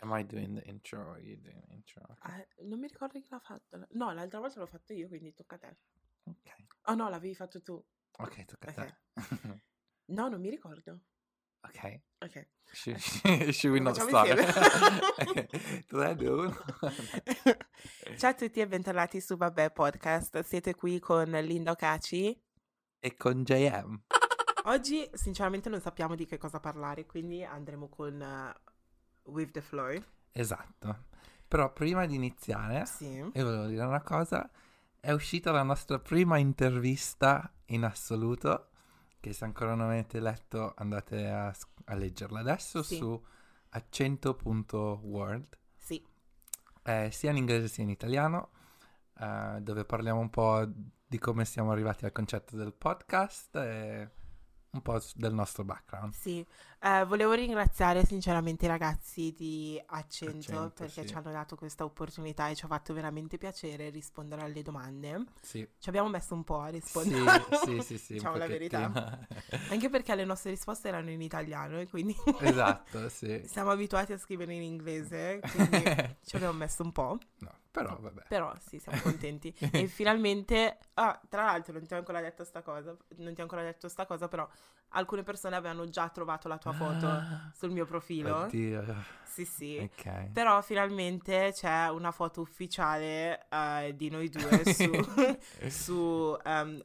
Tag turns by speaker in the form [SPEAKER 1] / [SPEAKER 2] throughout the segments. [SPEAKER 1] Am I doing the intro or are you doing the intro?
[SPEAKER 2] Eh, non mi ricordo chi l'ha fatto. No, l'altra volta l'ho fatto io, quindi tocca a te.
[SPEAKER 1] Ok,
[SPEAKER 2] Oh no, l'avevi fatto tu.
[SPEAKER 1] ok, tocca a
[SPEAKER 2] Ok.
[SPEAKER 1] te. Eh.
[SPEAKER 2] No, non mi ricordo.
[SPEAKER 1] ok,
[SPEAKER 2] Ok.
[SPEAKER 1] should, should we
[SPEAKER 2] Lo
[SPEAKER 1] not
[SPEAKER 2] facciamo
[SPEAKER 1] start?
[SPEAKER 2] insieme.
[SPEAKER 1] Ok, 3, 2, 1.
[SPEAKER 2] Ciao a tutti e bentornati su Vabbè Podcast. Siete qui con Linda Ocaci.
[SPEAKER 1] E con JM.
[SPEAKER 2] Oggi sinceramente non sappiamo di che cosa parlare, quindi andremo con eh, With the Flow.
[SPEAKER 1] Esatto. Però prima di iniziare,
[SPEAKER 2] Sì.
[SPEAKER 1] io volevo dire una cosa. È uscita la nostra prima intervista in assoluto, che se ancora non avete letto andate a, s- a leggerla adesso
[SPEAKER 2] Sì.
[SPEAKER 1] su accento.world,
[SPEAKER 2] Sì.
[SPEAKER 1] eh, sia in inglese sia in italiano, eh, dove parliamo un po' di come siamo arrivati al concetto del podcast e un po' s- del nostro background.
[SPEAKER 2] Sì, Eh, volevo ringraziare sinceramente i ragazzi di Accento,
[SPEAKER 1] Accento,
[SPEAKER 2] perché
[SPEAKER 1] sì.
[SPEAKER 2] ci hanno dato questa opportunità e ci ha fatto veramente piacere rispondere alle domande.
[SPEAKER 1] Sì,
[SPEAKER 2] Ci abbiamo messo un po' a
[SPEAKER 1] sì,
[SPEAKER 2] rispondere,
[SPEAKER 1] sì, sì, sì, un
[SPEAKER 2] diciamo la verità,
[SPEAKER 1] pochettino.
[SPEAKER 2] anche perché le nostre risposte erano in italiano e quindi
[SPEAKER 1] Esatto, sì.
[SPEAKER 2] siamo abituati a scrivere in inglese, quindi ci abbiamo messo un po',
[SPEAKER 1] no, però vabbè.
[SPEAKER 2] però sì, siamo contenti. E finalmente, ah, tra l'altro non ti ho ancora detto sta cosa, non ti ho ancora detto sta cosa, però alcune persone avevano già trovato la tua foto
[SPEAKER 1] Ah,
[SPEAKER 2] sul mio profilo.
[SPEAKER 1] Oddio.
[SPEAKER 2] Sì, sì.
[SPEAKER 1] Ok.
[SPEAKER 2] Però finalmente c'è una foto ufficiale eh, di noi due su, su ehm,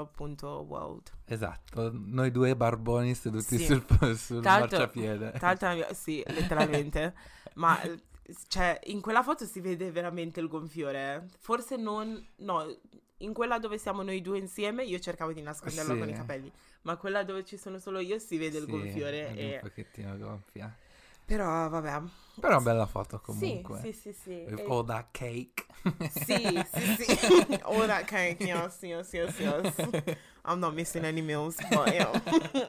[SPEAKER 2] accento.world.
[SPEAKER 1] Esatto, noi due barboni seduti
[SPEAKER 2] Sì.
[SPEAKER 1] sul, sul
[SPEAKER 2] Tra l'altro-
[SPEAKER 1] marciapiede.
[SPEAKER 2] Tra l'altro, la mia- sì, letteralmente. Ma eh, cioè, in quella foto si vede veramente il gonfiore. Forse non... No, in quella dove siamo noi due insieme io cercavo di nasconderlo
[SPEAKER 1] Sì.
[SPEAKER 2] con i capelli. Ma quella dove ci sono solo io si vede il
[SPEAKER 1] Sì,
[SPEAKER 2] gonfiore.
[SPEAKER 1] ed
[SPEAKER 2] e-
[SPEAKER 1] un pochettino gonfia.
[SPEAKER 2] Però vabbè.
[SPEAKER 1] Però bella foto comunque.
[SPEAKER 2] Sì,
[SPEAKER 1] eh,
[SPEAKER 2] sì, sì, sì.
[SPEAKER 1] With
[SPEAKER 2] E-
[SPEAKER 1] all that cake.
[SPEAKER 2] Sì, sì, sì. All that kind, yes, yes, yes, yes. I'm not missing any meals, but yo,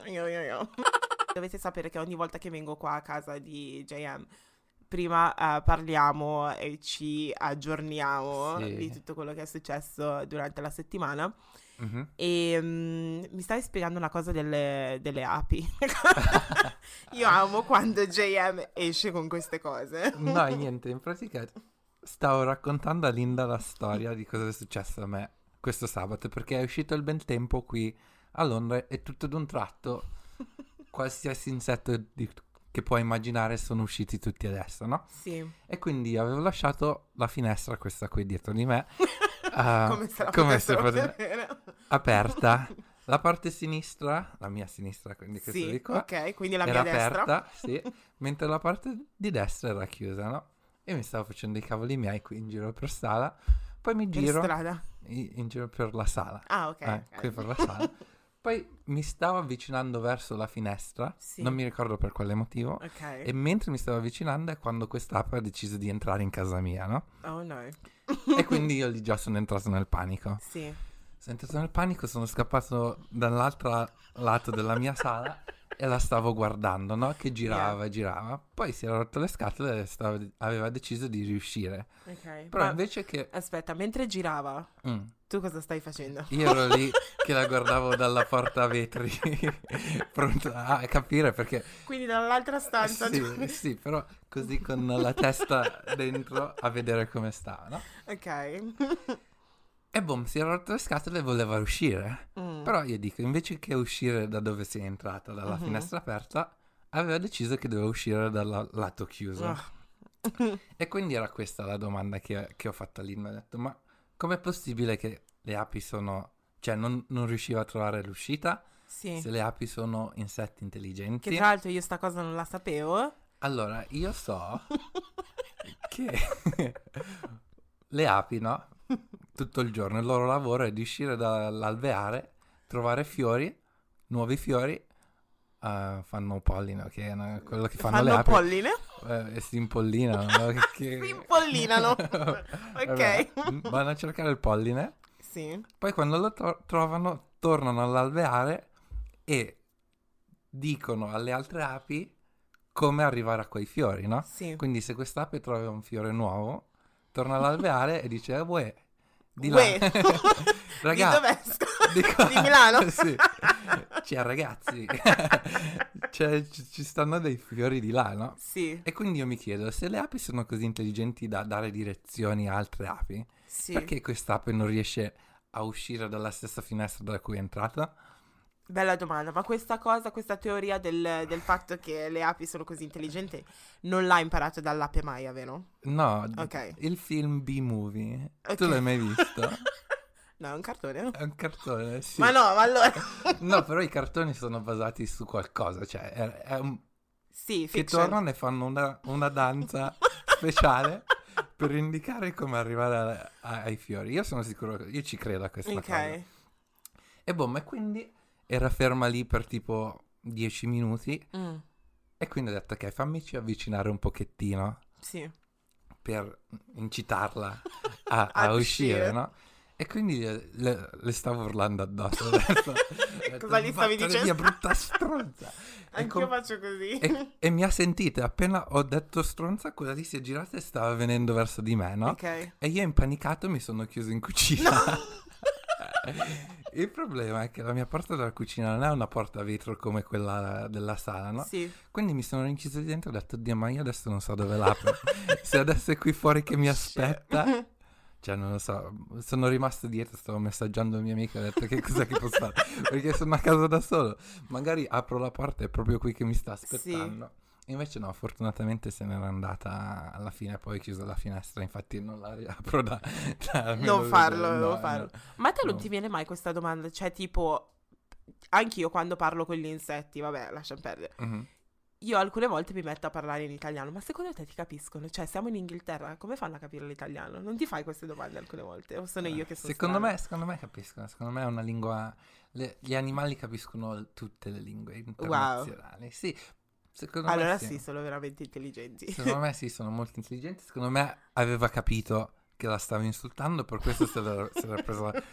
[SPEAKER 2] yo, yo, yo. Dovete sapere che ogni volta che vengo qua a casa di JM, prima eh, parliamo e ci aggiorniamo
[SPEAKER 1] Sì.
[SPEAKER 2] di tutto quello che è successo durante la settimana.
[SPEAKER 1] Mhm.
[SPEAKER 2] E mm, mi stavi spiegando una cosa delle, delle api. Io amo quando JM esce con queste cose.
[SPEAKER 1] No, niente, in pratica stavo raccontando a Linda la storia di cosa è successo a me questo sabato, perché è uscito il bel tempo qui a Londra e tutto d'un tratto qualsiasi insetto di- che puoi immaginare sono usciti tutti adesso, no?
[SPEAKER 2] Sì.
[SPEAKER 1] E quindi avevo lasciato la finestra, questa qui dietro di me, ah,
[SPEAKER 2] come se la
[SPEAKER 1] come se
[SPEAKER 2] potessero
[SPEAKER 1] fosse-
[SPEAKER 2] vedere.
[SPEAKER 1] aperta. La parte sinistra, la mia sinistra, quindi questa
[SPEAKER 2] Sì,
[SPEAKER 1] di qua,
[SPEAKER 2] ok, quindi la mia
[SPEAKER 1] era
[SPEAKER 2] destra.
[SPEAKER 1] aperta, sì, mentre la parte di destra era chiusa, no? E mi stavo facendo i cavoli miei qui in giro per sala, poi mi
[SPEAKER 2] per
[SPEAKER 1] giro
[SPEAKER 2] strada.
[SPEAKER 1] in, in giro per la sala,
[SPEAKER 2] Ah, ok.
[SPEAKER 1] eh,
[SPEAKER 2] ok.
[SPEAKER 1] qui per la sala. Poi mi stavo avvicinando verso la finestra,
[SPEAKER 2] Sì.
[SPEAKER 1] non mi ricordo per quale motivo,
[SPEAKER 2] Ok.
[SPEAKER 1] e mentre mi stavo avvicinando è quando quest'ape ha deciso di entrare in casa mia, no?
[SPEAKER 2] Oh no.
[SPEAKER 1] E quindi io lì già sono entrato nel panico.
[SPEAKER 2] Sì.
[SPEAKER 1] Sono entrato nel panico, sono scappato dall'altro lato della mia sala e la stavo guardando, no? Che girava, girava. Poi si era rotto le scatole e stava- aveva deciso di riuscire.
[SPEAKER 2] Ok.
[SPEAKER 1] Però
[SPEAKER 2] Ma-
[SPEAKER 1] invece che...
[SPEAKER 2] Aspetta, mentre girava,
[SPEAKER 1] Mm.
[SPEAKER 2] tu cosa stai facendo?
[SPEAKER 1] Io ero lì che la guardavo dalla porta a vetri, pronto a capire perché...
[SPEAKER 2] Quindi dall'altra stanza.
[SPEAKER 1] Sì, sì, però così con la testa dentro a vedere come stava, no?
[SPEAKER 2] Ok.
[SPEAKER 1] E boom, si era rotto le scatole e voleva uscire.
[SPEAKER 2] Mm.
[SPEAKER 1] Però io dico, invece che uscire da dove sei entrata, dalla
[SPEAKER 2] Mhm.
[SPEAKER 1] finestra aperta, aveva deciso che doveva uscire dal lato chiuso.
[SPEAKER 2] Ah.
[SPEAKER 1] E quindi era questa la domanda che, che ho fatto a Linda. Ho detto, ma com'è possibile che le api sono... Cioè, non, non riusciva a trovare l'uscita?
[SPEAKER 2] Sì.
[SPEAKER 1] Se le api sono insetti intelligenti?
[SPEAKER 2] Che tra l'altro io sta cosa non la sapevo.
[SPEAKER 1] Allora, io so che le api, no? Tutto il giorno il loro lavoro è di uscire dall'alveare, trovare fiori, nuovi fiori, eh, fanno polline, che è una- quello che fanno, le
[SPEAKER 2] Fanno
[SPEAKER 1] api,
[SPEAKER 2] polline.
[SPEAKER 1] eh, e si impollinano. no? Che- che-
[SPEAKER 2] Si impollinano.
[SPEAKER 1] Vabbè,
[SPEAKER 2] ok.
[SPEAKER 1] vanno a cercare il polline,
[SPEAKER 2] Sì.
[SPEAKER 1] poi quando lo tro- trovano tornano all'alveare e dicono alle altre api come arrivare a quei fiori, no?
[SPEAKER 2] Sì.
[SPEAKER 1] Quindi se quest'ape trova un fiore nuovo, torna all'alveare e dice, "Eh, uè, di là,
[SPEAKER 2] Uè.
[SPEAKER 1] Raga,
[SPEAKER 2] Di dov'è?
[SPEAKER 1] di, qua-
[SPEAKER 2] Di Milano?
[SPEAKER 1] sì. Cioè, ragazzi, cioè, ci, ci stanno dei fiori di là, no?
[SPEAKER 2] Sì,
[SPEAKER 1] E quindi io mi chiedo, se le api sono così intelligenti da dare direzioni a altre api,
[SPEAKER 2] sì.
[SPEAKER 1] perché quest'ape non riesce a uscire dalla stessa finestra da cui è entrata?
[SPEAKER 2] Bella domanda, ma questa cosa, questa teoria del, del fatto che le api sono così intelligenti, non l'ha imparato dall'ape Maya, vero?
[SPEAKER 1] No,
[SPEAKER 2] Ok.
[SPEAKER 1] il film B-Movie, tu
[SPEAKER 2] Ok.
[SPEAKER 1] l'hai mai visto?
[SPEAKER 2] No, è un cartone.
[SPEAKER 1] È un cartone, sì.
[SPEAKER 2] Ma no, ma allora...
[SPEAKER 1] No, però i cartoni sono basati su qualcosa, cioè è, è un...
[SPEAKER 2] Sì,
[SPEAKER 1] che
[SPEAKER 2] fiction.
[SPEAKER 1] tornano e fanno una, una danza speciale per indicare come arrivare a- a- ai fiori. Io sono sicuro, io ci credo a questa cosa.
[SPEAKER 2] Ok.
[SPEAKER 1] E boh, ma quindi era ferma lì per tipo 10 minuti
[SPEAKER 2] Mm,
[SPEAKER 1] e quindi ho detto ok, fammici avvicinare un pochettino
[SPEAKER 2] sì.
[SPEAKER 1] per incitarla a,
[SPEAKER 2] A
[SPEAKER 1] a uscire,
[SPEAKER 2] uscire.
[SPEAKER 1] no? E quindi le, le- le stavo urlando addosso. Ho detto- ho detto,
[SPEAKER 2] Cosa gli stavi
[SPEAKER 1] "Vattene
[SPEAKER 2] dicendo?"
[SPEAKER 1] Via, Eh, brutta stronza. E
[SPEAKER 2] Anch'io
[SPEAKER 1] com- Eh,
[SPEAKER 2] faccio così.
[SPEAKER 1] e, e mi ha sentito, e appena ho detto stronza, quella lì si è girata e stava venendo verso di me, no?
[SPEAKER 2] Ok.
[SPEAKER 1] E io impanicato mi sono chiuso in cucina. Il problema è che la mia porta della cucina non è una porta a vetro come quella della sala, no?
[SPEAKER 2] Sì.
[SPEAKER 1] Quindi mi sono inciso dentro e ho detto, Dio, ma io adesso non so dove l'apro. Se adesso è qui fuori che mi aspetta... Cioè, non lo so, sono rimasto dietro, stavo messaggiando un mio amico e ho detto che cos'è che posso fare? Perché sono a casa da solo. Magari apro la porta, è proprio qui che mi sta aspettando. Invece no, fortunatamente se n'era andata alla fine, poi ho chiuso la finestra, infatti non la riapro da... da almeno
[SPEAKER 2] Non
[SPEAKER 1] due-
[SPEAKER 2] farlo,
[SPEAKER 1] no,
[SPEAKER 2] non
[SPEAKER 1] no.
[SPEAKER 2] farlo. Ma a te non
[SPEAKER 1] No.
[SPEAKER 2] ti viene mai questa domanda? Cioè, tipo, anch'io quando parlo con gli insetti, vabbè, lasciamo perdere.
[SPEAKER 1] Mhm.
[SPEAKER 2] Io alcune volte mi metto a parlare in italiano, ma secondo te ti capiscono? Cioè, siamo in Inghilterra, come fanno a capire l'italiano? Non ti fai queste domande alcune volte? O sono io che sono
[SPEAKER 1] Eh, Secondo
[SPEAKER 2] strana?
[SPEAKER 1] me, secondo me capiscono, secondo me è una lingua... le- gli animali capiscono l- tutte le lingue internazionali. Sì, secondo
[SPEAKER 2] Allora
[SPEAKER 1] me
[SPEAKER 2] sì, sono veramente intelligenti.
[SPEAKER 1] Secondo me sì, sono molto intelligenti. Secondo me aveva capito che la stavo insultando, per questo se l'era, se l'era presa...
[SPEAKER 2] ma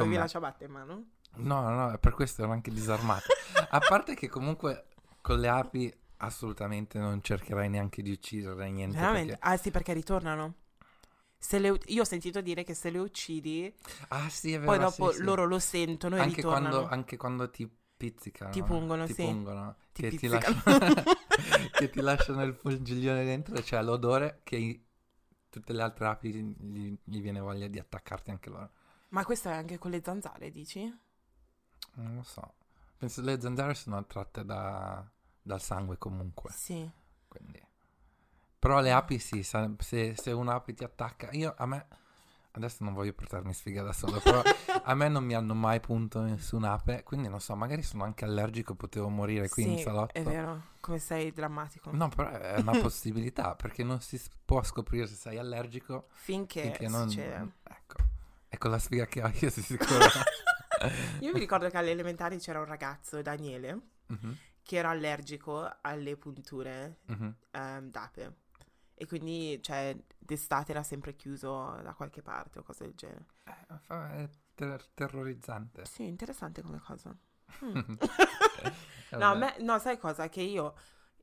[SPEAKER 1] con
[SPEAKER 2] vi
[SPEAKER 1] me.
[SPEAKER 2] la ciabatta in mano?
[SPEAKER 1] No, no, no, per questo ero anche disarmata. A parte che comunque con le api assolutamente non cercherai neanche di ucciderle, niente.
[SPEAKER 2] Veramente? Ah sì, perché ritornano. Se le u- Io ho sentito dire che se le uccidi,
[SPEAKER 1] perché- Ah sì, è vero.
[SPEAKER 2] poi dopo
[SPEAKER 1] sì, sì.
[SPEAKER 2] loro lo sentono e
[SPEAKER 1] anche
[SPEAKER 2] ritornano.
[SPEAKER 1] quando, anche quando ti pizzicano. eh,
[SPEAKER 2] Ti pungono,
[SPEAKER 1] ti
[SPEAKER 2] sì.
[SPEAKER 1] pungono,
[SPEAKER 2] Ti
[SPEAKER 1] che, ti
[SPEAKER 2] pizzicano.
[SPEAKER 1] lasciano, che ti lasciano il pungiglione dentro, cioè l'odore che i- tutte le altre api gli- gli viene voglia di attaccarti anche loro.
[SPEAKER 2] Ma questo è anche con le zanzare, dici?
[SPEAKER 1] Non lo so. Penso le zanzare sono attratte da- dal sangue comunque.
[SPEAKER 2] Sì.
[SPEAKER 1] quindi. Però le api sì, sa- se, se un'api ti attacca... Io a me... Adesso non voglio portarmi sfiga da solo, però a me non mi hanno mai punto nessun'ape, quindi non so, magari sono anche allergico, potevo morire qui in
[SPEAKER 2] Sì,
[SPEAKER 1] salotto.
[SPEAKER 2] È vero, come sei drammatico.
[SPEAKER 1] No, però è una possibilità, perché non si s- può scoprire se sei allergico
[SPEAKER 2] Finché
[SPEAKER 1] finché non...
[SPEAKER 2] succede.
[SPEAKER 1] Ecco, ecco la sfiga che ho, io sono sicuro.
[SPEAKER 2] Io mi ricordo che alle elementari c'era un ragazzo, Daniele,
[SPEAKER 1] Mhm,
[SPEAKER 2] che era allergico alle punture
[SPEAKER 1] mhm.
[SPEAKER 2] ehm, d'ape. E quindi, cioè, d'estate era sempre chiuso da qualche parte o cose del genere.
[SPEAKER 1] Eh, fa- È ter- terrorizzante.
[SPEAKER 2] Sì, interessante come cosa.
[SPEAKER 1] Eh,
[SPEAKER 2] No, a
[SPEAKER 1] vabbè.
[SPEAKER 2] me- no, sai cosa? Che io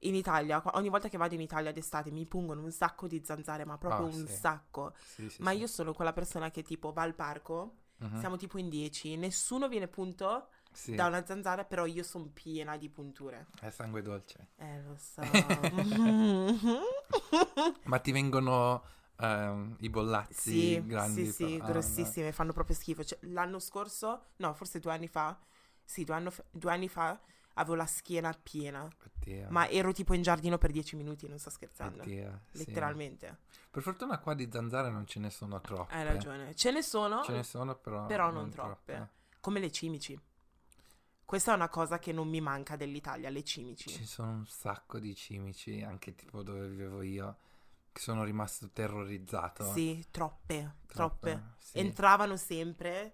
[SPEAKER 2] in Italia, qua- ogni volta che vado in Italia d'estate mi pungono un sacco di zanzare, ma proprio
[SPEAKER 1] Ah,
[SPEAKER 2] un
[SPEAKER 1] sì.
[SPEAKER 2] sacco.
[SPEAKER 1] Sì, sì,
[SPEAKER 2] ma
[SPEAKER 1] sì.
[SPEAKER 2] io sono quella persona che tipo va al parco,
[SPEAKER 1] Mhm.
[SPEAKER 2] siamo tipo in 10, nessuno viene punto
[SPEAKER 1] Sì,
[SPEAKER 2] da una zanzara, però io sono piena di punture.
[SPEAKER 1] è sangue dolce.
[SPEAKER 2] Eh, lo so. Mhm.
[SPEAKER 1] Ma ti vengono ehm, i bollazzi
[SPEAKER 2] sì,
[SPEAKER 1] grandi?
[SPEAKER 2] sì, sì,
[SPEAKER 1] Ah,
[SPEAKER 2] grossissime, fanno proprio schifo. Cioè, l'anno scorso, no, forse due anni fa, sì, due, anno fa- due anni fa avevo la schiena piena.
[SPEAKER 1] no, oddio,
[SPEAKER 2] Ma ero tipo in giardino per 10 minuti, non sto scherzando.
[SPEAKER 1] oddio, sì.
[SPEAKER 2] Letteralmente.
[SPEAKER 1] Per fortuna qua di zanzare non ce ne sono troppe.
[SPEAKER 2] Hai ragione. Ce ne sono,
[SPEAKER 1] Ce ne sono però...
[SPEAKER 2] però non troppe. come le cimici. Questa è una cosa che non mi manca dell'Italia, le cimici.
[SPEAKER 1] Ci sono un sacco di cimici, anche tipo dove vivevo io, che sono rimasto terrorizzato.
[SPEAKER 2] Sì, troppe, troppe.
[SPEAKER 1] sì.
[SPEAKER 2] Entravano sempre,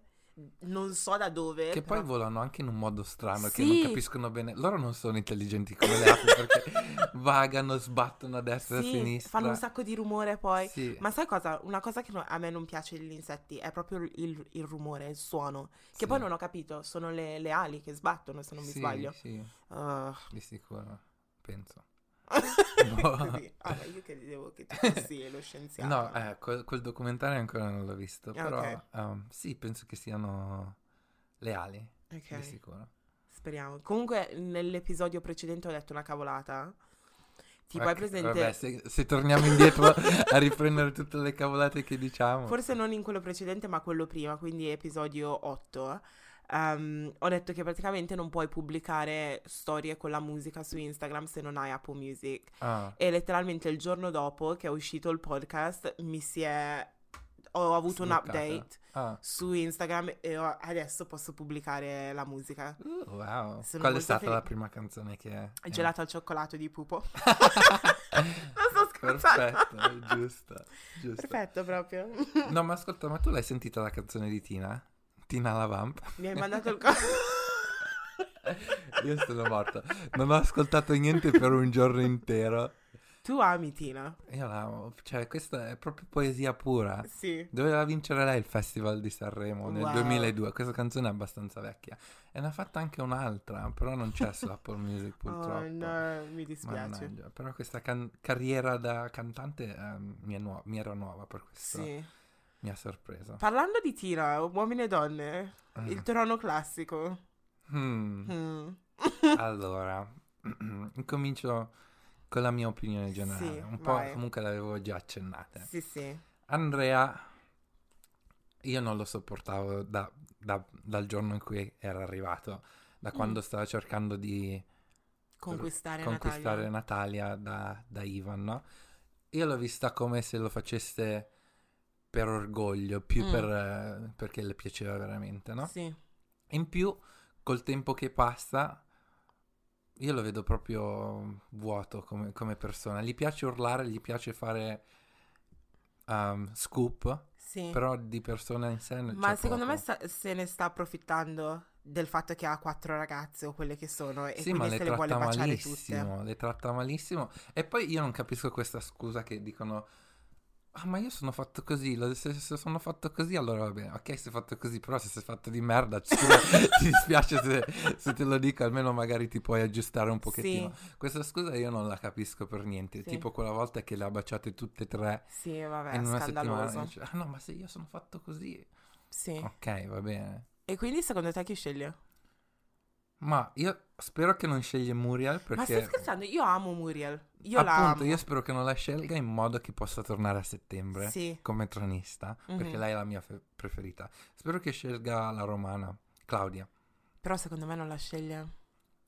[SPEAKER 2] non so da dove.
[SPEAKER 1] Che poi
[SPEAKER 2] però-
[SPEAKER 1] volano anche in un modo strano, che
[SPEAKER 2] eh, Sì.
[SPEAKER 1] non capiscono bene. Loro non sono intelligenti come le api perché vagano, sbattono a destra e a
[SPEAKER 2] Sì,
[SPEAKER 1] sinistra.
[SPEAKER 2] fanno un sacco di rumore poi.
[SPEAKER 1] Sì.
[SPEAKER 2] Ma sai cosa? Una cosa che no- a me non piace degli insetti è proprio il, il rumore, il suono. Che
[SPEAKER 1] Sì.
[SPEAKER 2] poi non ho capito, sono le, le ali che sbattono, se non mi
[SPEAKER 1] Sì,
[SPEAKER 2] sbaglio.
[SPEAKER 1] Sì,
[SPEAKER 2] Ah.
[SPEAKER 1] di sicuro, penso.
[SPEAKER 2] Così. Ah, ma io credevo che tu fossi lo scienziato.
[SPEAKER 1] No, eh, quel, quel documentario ancora non l'ho visto,
[SPEAKER 2] Ah,
[SPEAKER 1] però
[SPEAKER 2] ok.
[SPEAKER 1] ehm, sì, penso che siano Le ali, di
[SPEAKER 2] Ok.
[SPEAKER 1] sicuro.
[SPEAKER 2] Speriamo. Comunque, nell'episodio precedente ho detto una cavolata. Tipo, hai
[SPEAKER 1] Ecco,
[SPEAKER 2] presente?
[SPEAKER 1] vabbè, se, se torniamo indietro a riprendere tutte le cavolate che diciamo.
[SPEAKER 2] Forse non in quello precedente, ma quello prima, quindi episodio 8. ehm, ho detto che praticamente non puoi pubblicare storie con la musica su Instagram se non hai Apple Music.
[SPEAKER 1] Ah,
[SPEAKER 2] E letteralmente il giorno dopo che è uscito il podcast mi si è... ho avuto un
[SPEAKER 1] Sbloccata.
[SPEAKER 2] update
[SPEAKER 1] ah.
[SPEAKER 2] su Instagram e ho- adesso posso pubblicare la musica.
[SPEAKER 1] Uh, wow.
[SPEAKER 2] Sono
[SPEAKER 1] Qual
[SPEAKER 2] molto
[SPEAKER 1] è stata
[SPEAKER 2] felice.
[SPEAKER 1] la prima canzone che è?
[SPEAKER 2] Gelato al cioccolato di Pupo.
[SPEAKER 1] Non
[SPEAKER 2] sto scherzando.
[SPEAKER 1] Perfetto, giusta, giusta.
[SPEAKER 2] Perfetto proprio.
[SPEAKER 1] No, ma ascolta, ma tu l'hai sentita la canzone di Tina? Tina la Vamp?
[SPEAKER 2] Mi hai mandato il co-
[SPEAKER 1] Io sono morto. Non ho ascoltato niente per un giorno intero.
[SPEAKER 2] Tu ami Tina?
[SPEAKER 1] Io la amo. Cioè, questa è proprio poesia pura.
[SPEAKER 2] Sì.
[SPEAKER 1] Doveva vincere lei il Festival di Sanremo nel
[SPEAKER 2] Wow.
[SPEAKER 1] 2002. Questa canzone è abbastanza vecchia. E ne ha fatta anche un'altra, però non c'è su Apple Music purtroppo.
[SPEAKER 2] Oh no, mi dispiace.
[SPEAKER 1] Mannaggia. Però questa can- carriera da cantante ehm, mi, è nuo- mi era nuova per questo.
[SPEAKER 2] Sì.
[SPEAKER 1] Mi ha sorpreso.
[SPEAKER 2] Parlando di Tina, uomini e donne,
[SPEAKER 1] Mm.
[SPEAKER 2] il trono classico.
[SPEAKER 1] Mm.
[SPEAKER 2] Mm.
[SPEAKER 1] Allora, incomincio con la mia opinione generale.
[SPEAKER 2] Sì,
[SPEAKER 1] un po'
[SPEAKER 2] vai.
[SPEAKER 1] comunque l'avevo già accennata.
[SPEAKER 2] Sì, sì.
[SPEAKER 1] Andrea, io non lo sopportavo da- da- dal giorno in cui era arrivato,
[SPEAKER 2] Mm.
[SPEAKER 1] da quando stava cercando di
[SPEAKER 2] Conquistare,
[SPEAKER 1] conquistare
[SPEAKER 2] Natalia.
[SPEAKER 1] Natalia, da, da Ivan, no? Io l'ho vista come se lo facesse per orgoglio, più
[SPEAKER 2] Mm.
[SPEAKER 1] per, eh, perché le piaceva veramente, no?
[SPEAKER 2] Sì.
[SPEAKER 1] In più, col tempo che passa, io lo vedo proprio vuoto come, come persona. Gli piace urlare, gli piace fare um, scoop,
[SPEAKER 2] Sì.
[SPEAKER 1] però di persona in sé non
[SPEAKER 2] Ma
[SPEAKER 1] c'è
[SPEAKER 2] secondo me
[SPEAKER 1] poco.
[SPEAKER 2] sta- se ne sta approfittando del fatto che ha quattro ragazze o quelle che sono e
[SPEAKER 1] Sì, ma
[SPEAKER 2] quindi
[SPEAKER 1] le
[SPEAKER 2] se le vuole
[SPEAKER 1] tratta
[SPEAKER 2] baciare tutte.
[SPEAKER 1] malissimo, le tratta malissimo. E poi io non capisco questa scusa che dicono... Ah, ma io sono fatto così, lo- se, se sono fatto così allora va bene, ok, sei fatto così, però se sei fatto di merda, scusa, ti dispiace se, se te lo dico, almeno magari ti puoi aggiustare un pochettino.
[SPEAKER 2] Sì,
[SPEAKER 1] Questa scusa io non la capisco per niente.
[SPEAKER 2] Sì.
[SPEAKER 1] Tipo quella volta che le ha baciate tutte e tre
[SPEAKER 2] sì, vabbè,
[SPEAKER 1] in una settimana.
[SPEAKER 2] scandaloso.
[SPEAKER 1] Dice, ah no, ma se io sono fatto così.
[SPEAKER 2] Sì.
[SPEAKER 1] Ok, va bene.
[SPEAKER 2] E quindi secondo te chi sceglie?
[SPEAKER 1] Ma io spero che non sceglie Muriel perché.
[SPEAKER 2] Ma stai scherzando? Io amo Muriel. Io la
[SPEAKER 1] appunto,
[SPEAKER 2] amo.
[SPEAKER 1] io eh. spero che non la scelga in modo che possa tornare a settembre
[SPEAKER 2] Sì.
[SPEAKER 1] come tronista. Perché
[SPEAKER 2] Mhm.
[SPEAKER 1] lei è la mia fe- preferita. Spero che scelga la romana, Claudia.
[SPEAKER 2] Però secondo me non la sceglie.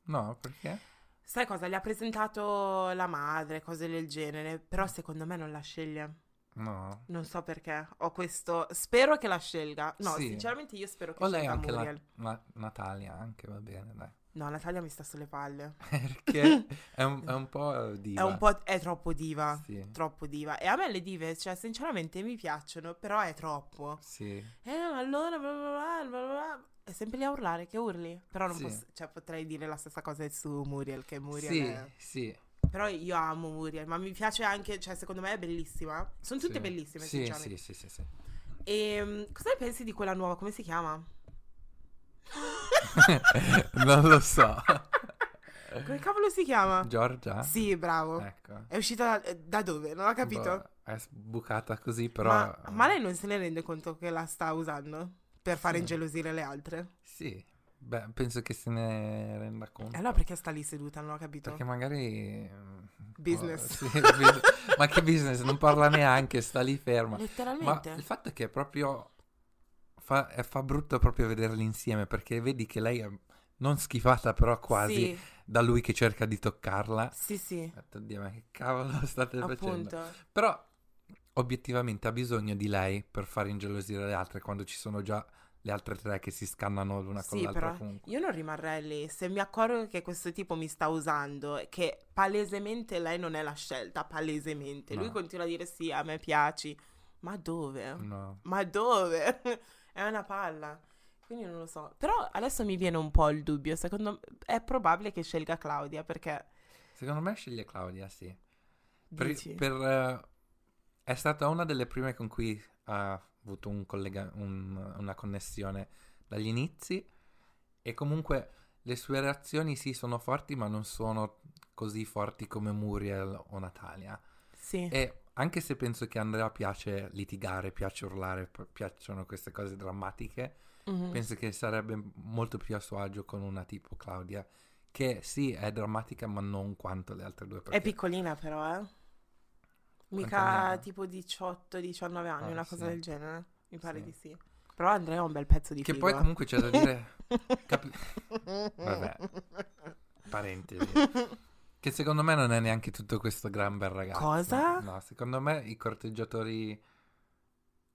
[SPEAKER 1] No, perché?
[SPEAKER 2] Sai cosa? Gli ha presentato la madre, cose del genere, però secondo me non la sceglie.
[SPEAKER 1] No.
[SPEAKER 2] Non so perché. Ho questo. Spero che la scelga. No,
[SPEAKER 1] Sì.
[SPEAKER 2] sinceramente io spero che
[SPEAKER 1] O lei
[SPEAKER 2] scelga
[SPEAKER 1] anche la,
[SPEAKER 2] Muriel.
[SPEAKER 1] la- Natalia, anche va bene, dai.
[SPEAKER 2] No, Natalia mi sta sulle palle.
[SPEAKER 1] Perché è un, è un po' di.
[SPEAKER 2] È un po'. È troppo diva.
[SPEAKER 1] Sì.
[SPEAKER 2] Troppo diva. E a me le dive, cioè, sinceramente mi piacciono, però è troppo.
[SPEAKER 1] Sì.
[SPEAKER 2] Eh, ma allora. Bla bla bla, bla bla bla. È sempre lì a urlare, che urli. Però non
[SPEAKER 1] Sì.
[SPEAKER 2] posso. Cioè, potrei dire la stessa cosa su Muriel, che Muriel.
[SPEAKER 1] sì,
[SPEAKER 2] è-
[SPEAKER 1] sì.
[SPEAKER 2] Però io amo Muriel, ma mi piace anche, cioè secondo me è bellissima. Sono tutte
[SPEAKER 1] sì.
[SPEAKER 2] bellissime,
[SPEAKER 1] sì,
[SPEAKER 2] sinceramente.
[SPEAKER 1] sì, sì, sì, sì.
[SPEAKER 2] E mm, cosa ne pensi di quella nuova? Come si chiama?
[SPEAKER 1] non lo so.
[SPEAKER 2] Come cavolo si chiama?
[SPEAKER 1] Giorgia?
[SPEAKER 2] Sì, bravo.
[SPEAKER 1] Ecco.
[SPEAKER 2] È uscita da, eh, da dove? Non ho capito.
[SPEAKER 1] Boh, è sbucata così, però...
[SPEAKER 2] Ma, ma lei non se ne rende conto che la sta usando per fare
[SPEAKER 1] Sì.
[SPEAKER 2] ingelosire le altre.
[SPEAKER 1] Sì. Beh, penso che se ne renda conto.
[SPEAKER 2] E allora Eh, perché sta lì seduta? Non ho capito.
[SPEAKER 1] Perché magari... mm,
[SPEAKER 2] Business.
[SPEAKER 1] boh, sì, bus- ma che business? Non parla neanche, sta lì ferma. Ma
[SPEAKER 2] Letteralmente.
[SPEAKER 1] il fatto è che è proprio... Fa, è- fa brutto proprio vederli insieme, perché vedi che lei è non schifata, però quasi, da lui che cerca di toccarla.
[SPEAKER 2] Sì, sì, sì.
[SPEAKER 1] Ho detto, Dio, ma che cavolo state facendo?
[SPEAKER 2] Appunto.
[SPEAKER 1] Però obiettivamente ha bisogno di lei per far ingelosire le altre quando ci sono già le altre tre che si scannano l'una con
[SPEAKER 2] Sì,
[SPEAKER 1] l'altra
[SPEAKER 2] però
[SPEAKER 1] comunque.
[SPEAKER 2] io non rimarrei lì. Se mi accorgo che questo tipo mi sta usando, e che palesemente lei non è la scelta, palesemente. Lui
[SPEAKER 1] No. Mm.
[SPEAKER 2] continua a dire sì, a me piaci. Ma dove?
[SPEAKER 1] No.
[SPEAKER 2] Ma dove? è una palla. Quindi non lo so. Però adesso mi viene un po' il dubbio. Secondo me è probabile che scelga Claudia perché...
[SPEAKER 1] Secondo me sceglie Claudia, sì.
[SPEAKER 2] dici,
[SPEAKER 1] Per, per, eh, è stata una delle prime con cui ha avuto un collega- un- una connessione dagli inizi e comunque le sue reazioni sì sono forti ma non sono così forti come Muriel o Natalia.
[SPEAKER 2] Sì.
[SPEAKER 1] E anche se penso che a Andrea piace litigare, piace urlare, p- piacciono queste cose drammatiche,
[SPEAKER 2] Mhm.
[SPEAKER 1] penso che sarebbe molto più a suo agio con una tipo Claudia, che sì, è drammatica, ma non quanto le altre due.
[SPEAKER 2] È
[SPEAKER 1] perché-
[SPEAKER 2] piccolina però, eh.
[SPEAKER 1] anni
[SPEAKER 2] Mica
[SPEAKER 1] ha?
[SPEAKER 2] tipo 18-19 anni,
[SPEAKER 1] Ah,
[SPEAKER 2] una cosa
[SPEAKER 1] sì.
[SPEAKER 2] del genere. Mi pare
[SPEAKER 1] Sì.
[SPEAKER 2] di sì. Però Andrea è un bel pezzo di
[SPEAKER 1] Che
[SPEAKER 2] figo,
[SPEAKER 1] poi
[SPEAKER 2] eh.
[SPEAKER 1] comunque c'è da dire, capi- vabbè, parentesi, che secondo me non è neanche tutto questo gran bel ragazzo.
[SPEAKER 2] Cosa?
[SPEAKER 1] No, secondo me i corteggiatori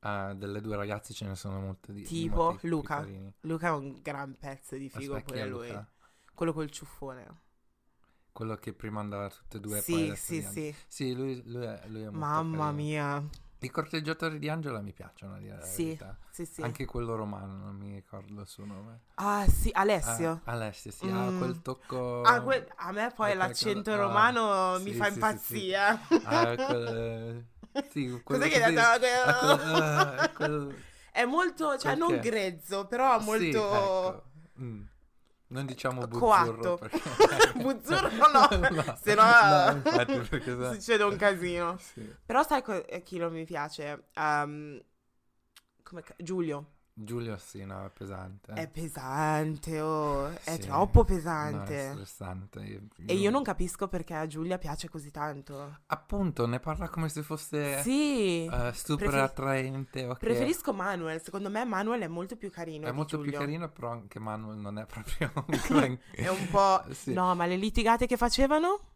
[SPEAKER 1] ah, delle due ragazze ce ne sono molti di
[SPEAKER 2] Tipo
[SPEAKER 1] molti più
[SPEAKER 2] Luca.
[SPEAKER 1] carini.
[SPEAKER 2] Luca è un gran pezzo di figo
[SPEAKER 1] Aspetta,
[SPEAKER 2] pure
[SPEAKER 1] chi è
[SPEAKER 2] lui.
[SPEAKER 1] Luca?
[SPEAKER 2] Quello col ciuffone.
[SPEAKER 1] Quello che prima andava a tutte e due e poi
[SPEAKER 2] sì,
[SPEAKER 1] adesso
[SPEAKER 2] sì,
[SPEAKER 1] di Angela.
[SPEAKER 2] sì.
[SPEAKER 1] Sì, lui, lui è, lui è molto
[SPEAKER 2] Mamma
[SPEAKER 1] carino.
[SPEAKER 2] mia.
[SPEAKER 1] I corteggiatori di Angela mi piacciono, a dire la
[SPEAKER 2] Sì.
[SPEAKER 1] verità.
[SPEAKER 2] Sì, sì.
[SPEAKER 1] Anche quello romano, non mi ricordo il suo nome.
[SPEAKER 2] Ah, sì,
[SPEAKER 1] Ah,
[SPEAKER 2] Alessio.
[SPEAKER 1] Alessio, sì, ha
[SPEAKER 2] Mm.
[SPEAKER 1] quel tocco...
[SPEAKER 2] Ah, quel- a me poi
[SPEAKER 1] Eh, quel-
[SPEAKER 2] l'accento
[SPEAKER 1] ah,
[SPEAKER 2] romano mi
[SPEAKER 1] sì,
[SPEAKER 2] fa
[SPEAKER 1] sì, sì,
[SPEAKER 2] impazzia.
[SPEAKER 1] ha quel... Sì, quello
[SPEAKER 2] Cos'è che hai
[SPEAKER 1] così-
[SPEAKER 2] detto?
[SPEAKER 1] ha quel- ah, quel-
[SPEAKER 2] È molto, cioè non
[SPEAKER 1] Perché?
[SPEAKER 2] grezzo, però ha
[SPEAKER 1] Sì,
[SPEAKER 2] Ah, molto...
[SPEAKER 1] ecco. Mm. Non diciamo
[SPEAKER 2] Coatto.
[SPEAKER 1] buzzurro perché...
[SPEAKER 2] Buzzurro no, se no,
[SPEAKER 1] No, infatti, perché sa-
[SPEAKER 2] succede un casino.
[SPEAKER 1] Sì.
[SPEAKER 2] Però sai co- eh, chi non mi piace? Ehm, come ca- Giulio.
[SPEAKER 1] Giulio sì, no, è pesante.
[SPEAKER 2] È pesante, oh, è
[SPEAKER 1] Eh. Sì.
[SPEAKER 2] troppo
[SPEAKER 1] No, è
[SPEAKER 2] pesante.
[SPEAKER 1] stressante. Io-
[SPEAKER 2] e io non capisco perché a Giulia piace così tanto.
[SPEAKER 1] Appunto, ne parla come se fosse
[SPEAKER 2] sì,
[SPEAKER 1] eh, super
[SPEAKER 2] Preferi-
[SPEAKER 1] attraente. ok.
[SPEAKER 2] preferisco Manuel. Secondo me Manuel è molto più carino
[SPEAKER 1] È
[SPEAKER 2] di
[SPEAKER 1] molto più
[SPEAKER 2] Giulio.
[SPEAKER 1] carino, però anche Manuel non è proprio un gran-
[SPEAKER 2] È un po'...
[SPEAKER 1] Sì.
[SPEAKER 2] No, ma le litigate che facevano?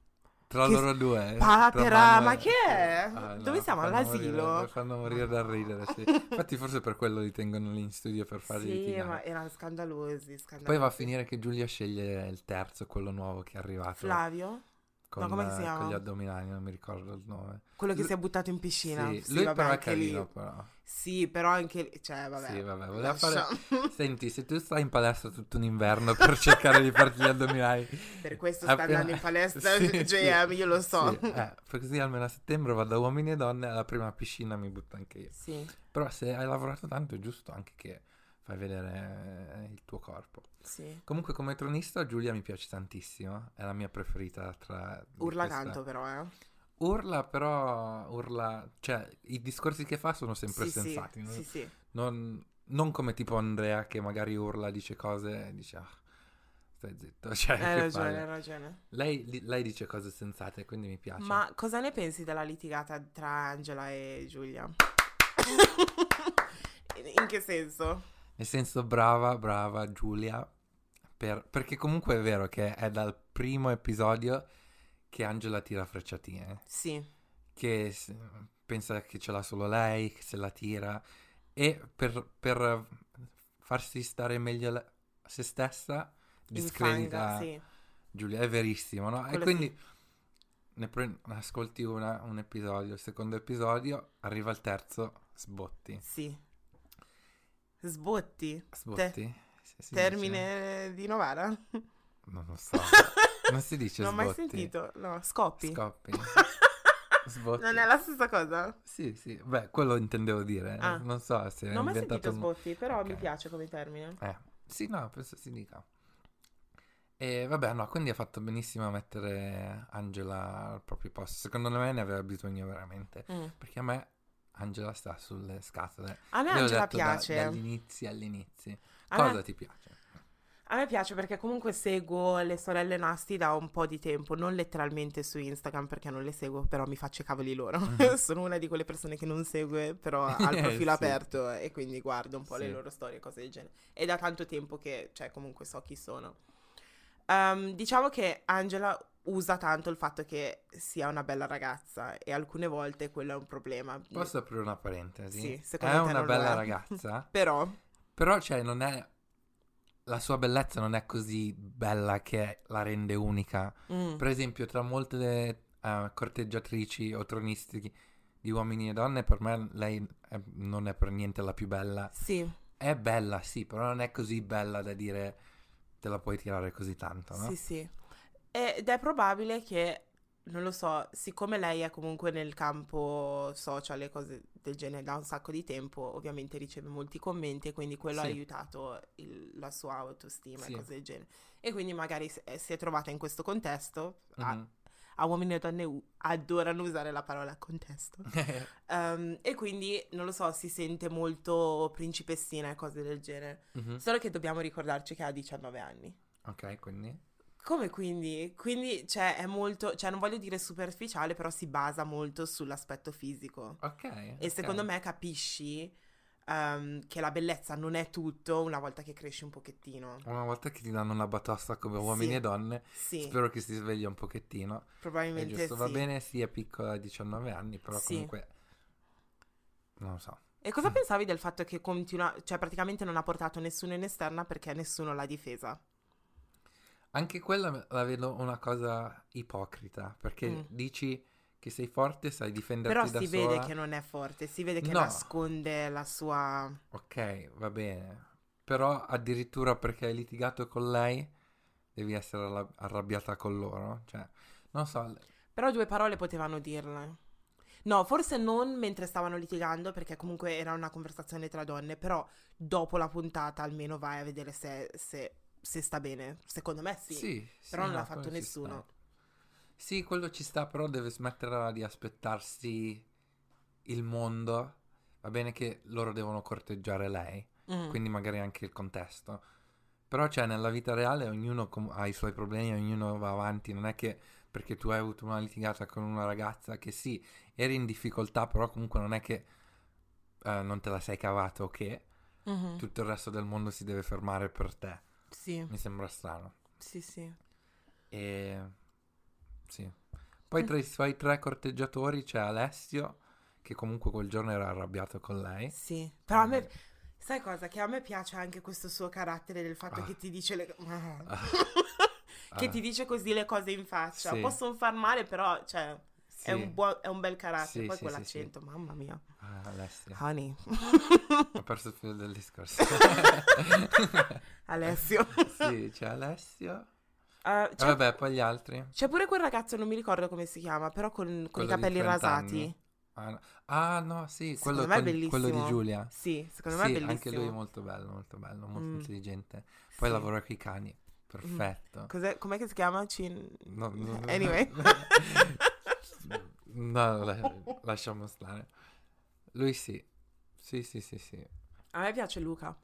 [SPEAKER 1] Tra
[SPEAKER 2] che
[SPEAKER 1] loro due. eh,
[SPEAKER 2] papera,
[SPEAKER 1] tra Manuel-
[SPEAKER 2] ma che è?
[SPEAKER 1] Ah, no,
[SPEAKER 2] Dove siamo,
[SPEAKER 1] fanno
[SPEAKER 2] all'asilo?
[SPEAKER 1] morire- fanno morire dal ridere, sì. Infatti forse per quello li tengono lì in studio per farli
[SPEAKER 2] Sì,
[SPEAKER 1] litigare.
[SPEAKER 2] ma erano scandalosi, scandalosi.
[SPEAKER 1] Poi va a finire che Giulia sceglie il terzo, quello nuovo che è arrivato.
[SPEAKER 2] Flavio,
[SPEAKER 1] con,
[SPEAKER 2] no, come si
[SPEAKER 1] eh,
[SPEAKER 2] chiama?
[SPEAKER 1] con gli addominali, non mi ricordo il nome.
[SPEAKER 2] quello che
[SPEAKER 1] Lui-
[SPEAKER 2] si è buttato in piscina.
[SPEAKER 1] Sì,
[SPEAKER 2] Sì,
[SPEAKER 1] lui
[SPEAKER 2] vabbè,
[SPEAKER 1] però è
[SPEAKER 2] anche lì.
[SPEAKER 1] carino, però.
[SPEAKER 2] Sì, però anche lì, cioè, vabbè.
[SPEAKER 1] Sì, vabbè, voleva
[SPEAKER 2] lascia-
[SPEAKER 1] fare... Senti, se tu stai in palestra tutto un inverno per cercare di farti gli addominali...
[SPEAKER 2] Per questo sta
[SPEAKER 1] appena-
[SPEAKER 2] andando in palestra
[SPEAKER 1] Ah, Sì,
[SPEAKER 2] J-
[SPEAKER 1] sì.
[SPEAKER 2] JM, io lo so.
[SPEAKER 1] Sì, eh, per così almeno a settembre vado da uomini e donne alla prima piscina mi butto anche io.
[SPEAKER 2] Sì,
[SPEAKER 1] Però se hai lavorato tanto è giusto anche che fai vedere eh, il tuo corpo.
[SPEAKER 2] sì.
[SPEAKER 1] Comunque come tronista Giulia mi piace tantissimo, è la mia preferita tra... di
[SPEAKER 2] Urla
[SPEAKER 1] questa-
[SPEAKER 2] tanto però, eh.
[SPEAKER 1] Urla però, urla, cioè i discorsi che fa sono sempre
[SPEAKER 2] Sì, sì,
[SPEAKER 1] sensati, non,
[SPEAKER 2] sì, sì.
[SPEAKER 1] non- non come tipo Andrea che magari urla, dice cose e dice ah, stai zitto, cioè
[SPEAKER 2] Hai
[SPEAKER 1] che
[SPEAKER 2] ragione, hai
[SPEAKER 1] palle.
[SPEAKER 2] ragione.
[SPEAKER 1] Lei, li- lei dice cose sensate quindi mi piace.
[SPEAKER 2] Ma cosa ne pensi della litigata tra Angela e Giulia? in che senso?
[SPEAKER 1] Nel senso brava, brava Giulia, per- perché comunque è vero che è dal primo episodio che Angela tira frecciatine,
[SPEAKER 2] Sì,
[SPEAKER 1] che s- pensa che ce l'ha solo lei, che se la tira, e per, per farsi stare meglio la- se stessa
[SPEAKER 2] infanga,
[SPEAKER 1] discredita
[SPEAKER 2] sì.
[SPEAKER 1] Giulia, è verissimo, no?
[SPEAKER 2] Quello
[SPEAKER 1] e quindi ne pre- ascolti una- un episodio, il secondo episodio, arriva il terzo, sbotti.
[SPEAKER 2] Sì. Sbotti.
[SPEAKER 1] Sbotti? Si- si dice?
[SPEAKER 2] Termine di Novara?
[SPEAKER 1] Non lo so. Non si dice
[SPEAKER 2] non ho
[SPEAKER 1] sbotti.
[SPEAKER 2] mai sentito. No, scoppi.
[SPEAKER 1] Scoppi. Sbotti.
[SPEAKER 2] Non è la stessa cosa?
[SPEAKER 1] Sì, sì. Beh, quello intendevo dire.
[SPEAKER 2] Ah.
[SPEAKER 1] Non so se
[SPEAKER 2] non ho
[SPEAKER 1] ho
[SPEAKER 2] mai
[SPEAKER 1] inventato
[SPEAKER 2] sentito
[SPEAKER 1] un-
[SPEAKER 2] sbotti, però mi
[SPEAKER 1] Ok.
[SPEAKER 2] piace come termine.
[SPEAKER 1] Eh, sì, no, penso si dica. E vabbè, no, quindi ha fatto benissimo a mettere Angela al proprio posto. Secondo me ne aveva bisogno veramente. Perché a me Angela sta sulle scatole.
[SPEAKER 2] A me
[SPEAKER 1] Io l'ho
[SPEAKER 2] Angela
[SPEAKER 1] detto da-
[SPEAKER 2] piace.
[SPEAKER 1] dagli inizi agli inizi.
[SPEAKER 2] a,
[SPEAKER 1] Cosa
[SPEAKER 2] me,
[SPEAKER 1] ti piace?
[SPEAKER 2] a me piace perché comunque seguo le sorelle Nasti da un po' di tempo, non letteralmente su Instagram perché non le seguo, però mi faccio i cavoli loro. Sono una di quelle persone che non segue, però ha il
[SPEAKER 1] Mm. Eh,
[SPEAKER 2] profilo
[SPEAKER 1] sì.
[SPEAKER 2] aperto e quindi guardo un po' le
[SPEAKER 1] Sì.
[SPEAKER 2] loro storie e cose del genere. È da tanto tempo che, cioè, comunque so chi sono. Ehm, diciamo che Angela usa tanto il fatto che sia una bella ragazza e alcune volte quello è un problema.
[SPEAKER 1] Posso aprire una parentesi?
[SPEAKER 2] Sì,
[SPEAKER 1] è
[SPEAKER 2] secondo te
[SPEAKER 1] una
[SPEAKER 2] non lo
[SPEAKER 1] bella
[SPEAKER 2] è.
[SPEAKER 1] ragazza.
[SPEAKER 2] Però...
[SPEAKER 1] Però, cioè, non è. La sua bellezza non è così bella che la rende unica.
[SPEAKER 2] mm.
[SPEAKER 1] Per esempio, tra molte eh, corteggiatrici o tronisti di uomini e donne, per me lei è- non è per niente la più bella.
[SPEAKER 2] Sì,
[SPEAKER 1] È bella, sì, però non è così bella da dire te la puoi tirare così tanto, no?
[SPEAKER 2] sì, sì. Ed è probabile che, non lo so, siccome lei è comunque nel campo social e cose del genere da un sacco di tempo, ovviamente riceve molti commenti e quindi quello ha
[SPEAKER 1] Sì.
[SPEAKER 2] aiutato il- la sua autostima
[SPEAKER 1] Sì.
[SPEAKER 2] e cose del genere. E quindi magari s- eh, si è trovata in questo contesto, ha,
[SPEAKER 1] Mhm.
[SPEAKER 2] ha a uomini e donne u- adorano usare la parola contesto.
[SPEAKER 1] Mm.
[SPEAKER 2] Ehm, e quindi, non lo so, si sente molto principessina e cose del genere.
[SPEAKER 1] Mhm.
[SPEAKER 2] Solo che dobbiamo ricordarci che ha 19 anni.
[SPEAKER 1] Ok, quindi.
[SPEAKER 2] Come quindi? Quindi, cioè, è molto, cioè, non voglio dire superficiale, però si basa molto sull'aspetto fisico.
[SPEAKER 1] Ok.
[SPEAKER 2] E secondo me capisci ehm, che la bellezza non è tutto una volta che cresci un pochettino.
[SPEAKER 1] Una volta che ti danno una batosta come
[SPEAKER 2] Sì.
[SPEAKER 1] uomini e donne,
[SPEAKER 2] Sì,
[SPEAKER 1] spero che si sveglia un pochettino. È
[SPEAKER 2] probabilmente
[SPEAKER 1] giusto, va
[SPEAKER 2] sì.
[SPEAKER 1] bene, sì, è piccola, 19 anni, però
[SPEAKER 2] Sì.
[SPEAKER 1] comunque... Non lo so.
[SPEAKER 2] E cosa pensavi del fatto che continua, cioè praticamente non ha portato nessuno in esterna perché nessuno l'ha difesa?
[SPEAKER 1] Anche quella la vedo una cosa ipocrita, perché
[SPEAKER 2] Mm.
[SPEAKER 1] dici che sei forte, sai difenderti
[SPEAKER 2] Però
[SPEAKER 1] da
[SPEAKER 2] si
[SPEAKER 1] sola.
[SPEAKER 2] vede che non è forte, si vede che
[SPEAKER 1] No.
[SPEAKER 2] nasconde la sua...
[SPEAKER 1] Ok, va bene. Però addirittura perché hai litigato con lei, devi essere alla- arrabbiata con loro. Cioè, non so,
[SPEAKER 2] Però due parole potevano dirle. No, forse non mentre stavano litigando, perché comunque era una conversazione tra donne, però dopo la puntata almeno vai a vedere se, se- se sta bene. Secondo me sì.
[SPEAKER 1] sì, sì,
[SPEAKER 2] però non
[SPEAKER 1] no,
[SPEAKER 2] l'ha fatto
[SPEAKER 1] quello ci
[SPEAKER 2] nessuno.
[SPEAKER 1] sta. Sì, quello ci sta, però deve smetterla di aspettarsi il mondo. Va bene che loro devono corteggiare lei,
[SPEAKER 2] Mm.
[SPEAKER 1] quindi magari anche il contesto. Però, cioè, nella vita reale ognuno com- ha i suoi problemi, ognuno va avanti. Non è che perché tu hai avuto una litigata con una ragazza che sì, eri in difficoltà, però comunque non è che eh, non te la sei cavato o che
[SPEAKER 2] Mhm.
[SPEAKER 1] tutto il resto del mondo si deve fermare per te.
[SPEAKER 2] Sì,
[SPEAKER 1] Mi sembra strano.
[SPEAKER 2] sì, sì.
[SPEAKER 1] E sì. Poi tra i suoi tre corteggiatori c'è Alessio, che comunque quel giorno era arrabbiato con lei.
[SPEAKER 2] Sì. Però a me...
[SPEAKER 1] Eh,
[SPEAKER 2] Sai cosa? Che a me piace anche questo suo carattere del fatto
[SPEAKER 1] Ah.
[SPEAKER 2] che ti dice le... Ah.
[SPEAKER 1] Ah.
[SPEAKER 2] che
[SPEAKER 1] Ah.
[SPEAKER 2] ti dice così le cose in faccia.
[SPEAKER 1] Sì.
[SPEAKER 2] Possono far male, però, cioè,
[SPEAKER 1] sì.
[SPEAKER 2] è, un buon- è un bel carattere.
[SPEAKER 1] Sì,
[SPEAKER 2] Poi
[SPEAKER 1] sì, sì, sì.
[SPEAKER 2] quell'accento, mamma mia.
[SPEAKER 1] Ah, Alessio.
[SPEAKER 2] Honey.
[SPEAKER 1] Ho perso il filo del discorso.
[SPEAKER 2] Alessio.
[SPEAKER 1] sì, c'è Alessio.
[SPEAKER 2] Eh,
[SPEAKER 1] E
[SPEAKER 2] c'è,
[SPEAKER 1] vabbè, poi gli altri.
[SPEAKER 2] c'è pure quel ragazzo, non mi ricordo come si chiama, però con, con
[SPEAKER 1] Quello
[SPEAKER 2] i
[SPEAKER 1] di
[SPEAKER 2] capelli
[SPEAKER 1] 30
[SPEAKER 2] rasati.
[SPEAKER 1] anni. Ah, no, Ah, no, sì,
[SPEAKER 2] Secondo
[SPEAKER 1] quello,
[SPEAKER 2] me è
[SPEAKER 1] con- quello di
[SPEAKER 2] bellissimo.
[SPEAKER 1] Giulia.
[SPEAKER 2] Sì, secondo me
[SPEAKER 1] sì,
[SPEAKER 2] è bellissimo.
[SPEAKER 1] anche lui è molto bello, molto bello, molto
[SPEAKER 2] Mm.
[SPEAKER 1] intelligente.
[SPEAKER 2] Sì.
[SPEAKER 1] Poi
[SPEAKER 2] Mm.
[SPEAKER 1] lavora con i cani. Perfetto.
[SPEAKER 2] Cos'è- com'è che si chiama? Cin-
[SPEAKER 1] No, no, no.
[SPEAKER 2] Anyway.
[SPEAKER 1] No, la- lasciamo stare. Lui sì. Sì, sì, sì, sì.
[SPEAKER 2] A me piace Luca,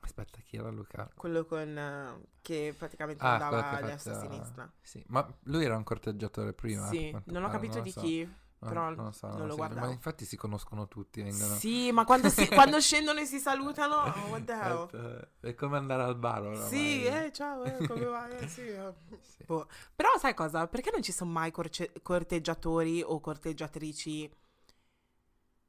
[SPEAKER 1] Aspetta, chi era Luca?
[SPEAKER 2] quello con eh, che praticamente
[SPEAKER 1] Ah, quello
[SPEAKER 2] andava
[SPEAKER 1] che
[SPEAKER 2] a
[SPEAKER 1] ha
[SPEAKER 2] destra e a
[SPEAKER 1] fatto-
[SPEAKER 2] sinistra.
[SPEAKER 1] Sì, ma lui era un corteggiatore prima. a
[SPEAKER 2] sì,
[SPEAKER 1] quanto
[SPEAKER 2] non ho
[SPEAKER 1] pare,
[SPEAKER 2] capito
[SPEAKER 1] lo
[SPEAKER 2] di
[SPEAKER 1] so.
[SPEAKER 2] chi.
[SPEAKER 1] Non-
[SPEAKER 2] però
[SPEAKER 1] non lo so,
[SPEAKER 2] non lo
[SPEAKER 1] non lo seguo, ma
[SPEAKER 2] guardavo.
[SPEAKER 1] infatti si conoscono tutti, vengono.
[SPEAKER 2] Sì, ma quando, si- quando scendono e si salutano, oh, what the hell.
[SPEAKER 1] Eh, È come andare al bar oramai.
[SPEAKER 2] Sì, eh, ciao, eh, come vai? Eh, sì, eh.
[SPEAKER 1] Sì.
[SPEAKER 2] Boh. Però sai cosa? Perché non ci sono mai corce- corteggiatori o corteggiatrici?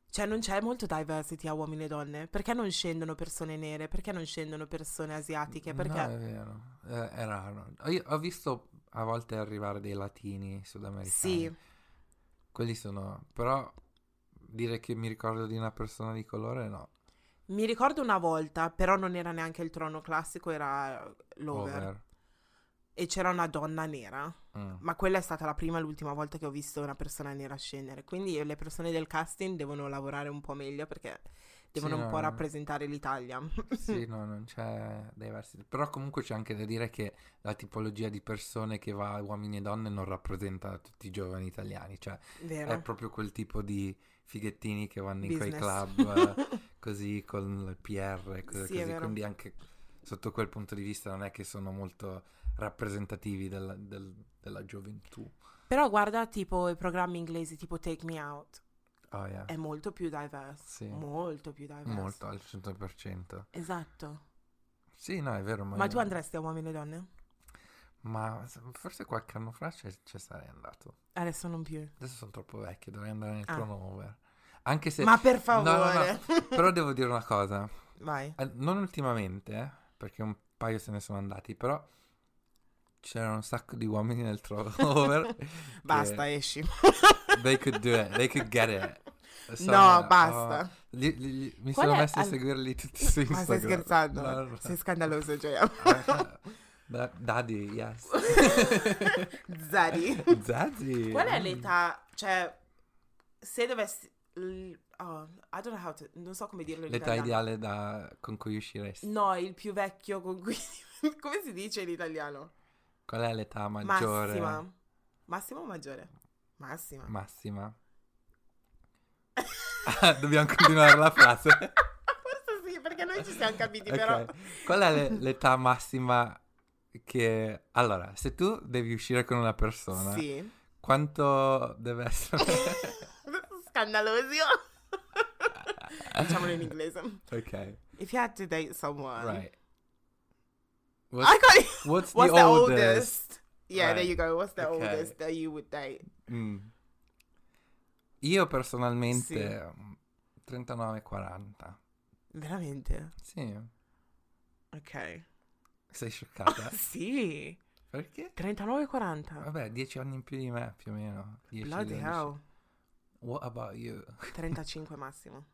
[SPEAKER 2] Cioè, non c'è molto diversity a uomini e donne. Perché non scendono persone nere? Perché non scendono persone asiatiche?
[SPEAKER 1] Mm, No, è
[SPEAKER 2] Perché...
[SPEAKER 1] vero, Eh, è raro. Io ho visto a volte arrivare dei latini sudamericani.
[SPEAKER 2] sì,
[SPEAKER 1] Quelli sono, però dire che mi ricordo di una persona di colore no.
[SPEAKER 2] mi ricordo una volta, però non era neanche il trono classico, era l'over.
[SPEAKER 1] Over.
[SPEAKER 2] E c'era una donna nera.
[SPEAKER 1] Mm.
[SPEAKER 2] Ma quella è stata la prima e l'ultima volta che ho visto una persona nera scendere. Quindi le persone del casting devono lavorare un po' meglio perché devono
[SPEAKER 1] Sì,
[SPEAKER 2] un
[SPEAKER 1] no,
[SPEAKER 2] po'
[SPEAKER 1] no.
[SPEAKER 2] rappresentare l'Italia.
[SPEAKER 1] Sì, no, non c'è diversity. Però comunque c'è anche da dire che la tipologia di persone che va a uomini e donne non rappresenta tutti i giovani italiani. Cioè, è
[SPEAKER 2] Vero?
[SPEAKER 1] proprio quel tipo di fighettini che vanno in quei
[SPEAKER 2] Business.
[SPEAKER 1] club eh, così con il PR e cose
[SPEAKER 2] Sì, è
[SPEAKER 1] così.
[SPEAKER 2] vero.
[SPEAKER 1] Quindi anche sotto quel punto di vista non è che sono molto rappresentativi della- del- della gioventù.
[SPEAKER 2] Però guarda tipo i programmi inglesi tipo Take Me Out.
[SPEAKER 1] Oh, yeah.
[SPEAKER 2] È molto più diverso.
[SPEAKER 1] Sì.
[SPEAKER 2] Molto più diverso.
[SPEAKER 1] Molto, al 100%.
[SPEAKER 2] Esatto.
[SPEAKER 1] Sì, no, è vero, ma...
[SPEAKER 2] Ma tu andresti a uomini e donne?
[SPEAKER 1] Ma s- forse qualche anno fa ci ci sarei andato.
[SPEAKER 2] Adesso non più.
[SPEAKER 1] Adesso sono troppo vecchio, dovrei andare nel
[SPEAKER 2] Ah.
[SPEAKER 1] turnover. Anche se...
[SPEAKER 2] Ma per
[SPEAKER 1] No, no, no.
[SPEAKER 2] favore.
[SPEAKER 1] Però devo dire una cosa.
[SPEAKER 2] Vai.
[SPEAKER 1] Eh, Non ultimamente, eh, perché un paio se ne sono andati, però c'erano un sacco di uomini nel turnover. che
[SPEAKER 2] Basta, esci.
[SPEAKER 1] They could do it, they could get it. So,
[SPEAKER 2] no,
[SPEAKER 1] eh,
[SPEAKER 2] basta.
[SPEAKER 1] oh, li- li- li- mi
[SPEAKER 2] Qual
[SPEAKER 1] sono
[SPEAKER 2] è-
[SPEAKER 1] messo
[SPEAKER 2] al-
[SPEAKER 1] a seguirli tutti su
[SPEAKER 2] Ma
[SPEAKER 1] Instagram.
[SPEAKER 2] stai scherzando?
[SPEAKER 1] No, no, no.
[SPEAKER 2] Sei scandaloso, Gioia.
[SPEAKER 1] Da- Daddy, yes.
[SPEAKER 2] Zari.
[SPEAKER 1] Daddy.
[SPEAKER 2] Qual è l'età? Cioè, se dovessi. l- oh, I don't know how to- Non so come dirlo in
[SPEAKER 1] L'età
[SPEAKER 2] italiano.
[SPEAKER 1] ideale da- con cui usciresti?
[SPEAKER 2] No, il più vecchio con cui. come si dice in italiano?
[SPEAKER 1] Qual è l'età maggiore?
[SPEAKER 2] Massima. Massima o maggiore? Massima.
[SPEAKER 1] Massima. Ah, Dobbiamo continuare la frase.
[SPEAKER 2] Forse sì, perché noi ci siamo capiti,
[SPEAKER 1] Ok.
[SPEAKER 2] però.
[SPEAKER 1] Qual è le- l'età massima che... Allora, se tu devi uscire con una persona,
[SPEAKER 2] Sì.
[SPEAKER 1] quanto deve essere...
[SPEAKER 2] Scandalosi. Diciamolo in inglese.
[SPEAKER 1] ok,
[SPEAKER 2] If you had to date someone.
[SPEAKER 1] right.
[SPEAKER 2] I
[SPEAKER 1] What's,
[SPEAKER 2] got you.
[SPEAKER 1] what's
[SPEAKER 2] What's
[SPEAKER 1] the,
[SPEAKER 2] the
[SPEAKER 1] oldest?
[SPEAKER 2] oldest? Yeah, there
[SPEAKER 1] Right.
[SPEAKER 2] you go. What's the
[SPEAKER 1] Okay.
[SPEAKER 2] oldest that you would date?
[SPEAKER 1] Mm. Io personalmente mm, 39-40.
[SPEAKER 2] Veramente?
[SPEAKER 1] Sì,
[SPEAKER 2] Ok.
[SPEAKER 1] sei scioccata?
[SPEAKER 2] Sì.
[SPEAKER 1] Perché?
[SPEAKER 2] 39,40.
[SPEAKER 1] Vabbè, 10 anni in più di me, più o meno. 10,
[SPEAKER 2] Bloody
[SPEAKER 1] 12.
[SPEAKER 2] hell.
[SPEAKER 1] What about you?
[SPEAKER 2] 35 massimo.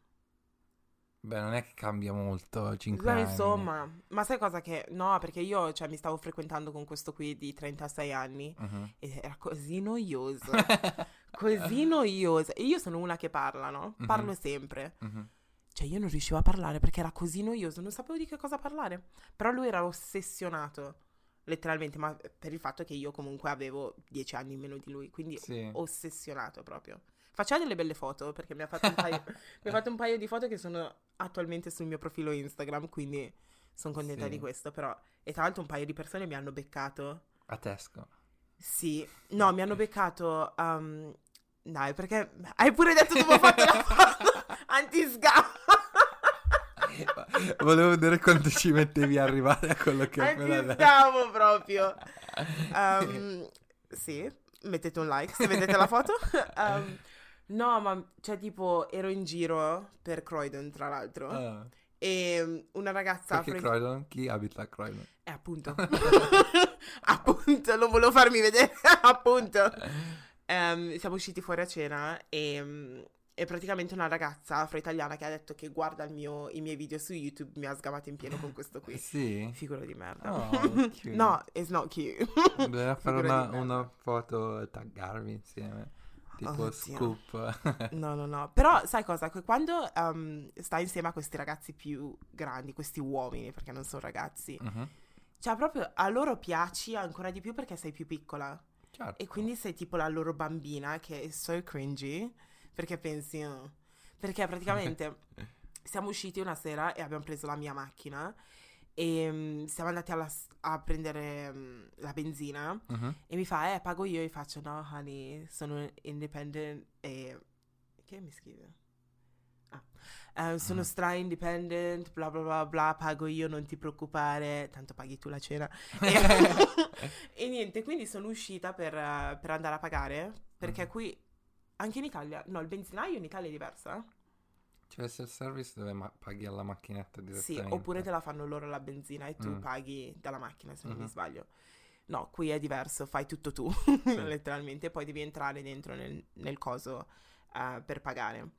[SPEAKER 1] Beh, non è che cambia molto, 5
[SPEAKER 2] Beh,
[SPEAKER 1] anni.
[SPEAKER 2] insomma, ma sai cosa che... No, perché io cioè, mi stavo frequentando con questo qui di 36 anni
[SPEAKER 1] Mhm.
[SPEAKER 2] e era così noioso. così noioso. E io sono una che parla, no?
[SPEAKER 1] Mhm.
[SPEAKER 2] Parlo sempre.
[SPEAKER 1] Mhm.
[SPEAKER 2] Cioè io non riuscivo a parlare perché era così noioso, non sapevo di che cosa parlare. Però lui era ossessionato, letteralmente, ma per il fatto che io comunque avevo 10 anni in meno di lui, quindi
[SPEAKER 1] Sì.
[SPEAKER 2] ossessionato proprio. Faceva delle belle foto perché mi ha, fatto un paio, mi ha fatto un paio di foto che sono attualmente sul mio profilo Instagram, quindi sono contenta
[SPEAKER 1] Sì.
[SPEAKER 2] di questo. Però, e tra l'altro un paio di persone mi hanno beccato.
[SPEAKER 1] A Tesco.
[SPEAKER 2] Sì, no, mi hanno beccato. um, dai, perché hai pure detto dopo ho fatto la foto antisgamma.
[SPEAKER 1] Volevo vedere quanto ci mettevi a arrivare a quello che ho appena detto.
[SPEAKER 2] Antisgammo proprio. Um, sì, mettete un like se vedete la foto. Um, no, ma cioè, tipo, ero in giro per Croydon, tra l'altro.
[SPEAKER 1] Ah,
[SPEAKER 2] E uhm, una ragazza
[SPEAKER 1] perché
[SPEAKER 2] afro-
[SPEAKER 1] Croydon? Chi abita a Croydon?
[SPEAKER 2] Eh, appunto. appunto, non volevo farmi vedere, appunto. Ehm, siamo usciti fuori a cena e, mm, e praticamente una ragazza afro-italiana che ha detto che guarda il mio- i miei video su YouTube mi ha sgamato in pieno con questo qui.
[SPEAKER 1] Sì?
[SPEAKER 2] Figura di merda.
[SPEAKER 1] Oh, cute.
[SPEAKER 2] no, it's not cute.
[SPEAKER 1] Dobbiamo fare
[SPEAKER 2] Figura
[SPEAKER 1] una,
[SPEAKER 2] di merda.
[SPEAKER 1] una foto e taggarmi insieme. Tipo
[SPEAKER 2] Oddio.
[SPEAKER 1] scoop.
[SPEAKER 2] No, no, no. Però sai cosa? Che Quando ehm, stai insieme a questi ragazzi più grandi, questi uomini, perché non sono ragazzi,
[SPEAKER 1] Mhm.
[SPEAKER 2] cioè proprio a loro piaci ancora di più perché sei più piccola.
[SPEAKER 1] Certo.
[SPEAKER 2] E quindi sei tipo la loro bambina che è so cringy perché pensi. "Oh". Perché praticamente siamo usciti una sera e abbiamo preso la mia macchina e mm, siamo andati alla s- a prendere mm, la benzina
[SPEAKER 1] Mhm.
[SPEAKER 2] e mi fa, eh, pago io e faccio, no, honey, sono independent e... Che mi scrive? Ah. "Eh, sono
[SPEAKER 1] Ah.
[SPEAKER 2] stra independent, bla bla bla bla, pago io, non ti preoccupare, tanto paghi tu la cena. e, e niente, quindi sono uscita per, eh, per andare a pagare, perché
[SPEAKER 1] Mhm.
[SPEAKER 2] qui, anche in Italia, no, il benzinaio in Italia è diverso. eh.
[SPEAKER 1] C'è il self-service dove ma- paghi alla macchinetta
[SPEAKER 2] eh?
[SPEAKER 1] direttamente.
[SPEAKER 2] Sì, oppure te la fanno loro la benzina e tu
[SPEAKER 1] Mm.
[SPEAKER 2] paghi dalla macchina, se non mi
[SPEAKER 1] Mhm.
[SPEAKER 2] sbaglio. No, qui è diverso, fai tutto tu. letteralmente, poi devi entrare dentro nel, nel coso eh, per pagare.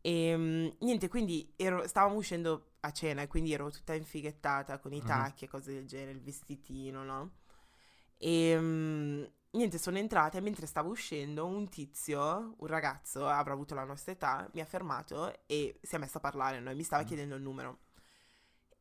[SPEAKER 2] E mm, niente, quindi ero- stavamo uscendo a cena e quindi ero tutta infighettata con i
[SPEAKER 1] Mhm.
[SPEAKER 2] tacchi e cose del genere, il vestitino, no? E mm, niente, sono entrata e mentre stavo uscendo un tizio, un ragazzo, avrà avuto la nostra età, mi ha fermato e si è messo a parlare a noi, mi stava
[SPEAKER 1] Mm.
[SPEAKER 2] chiedendo il numero.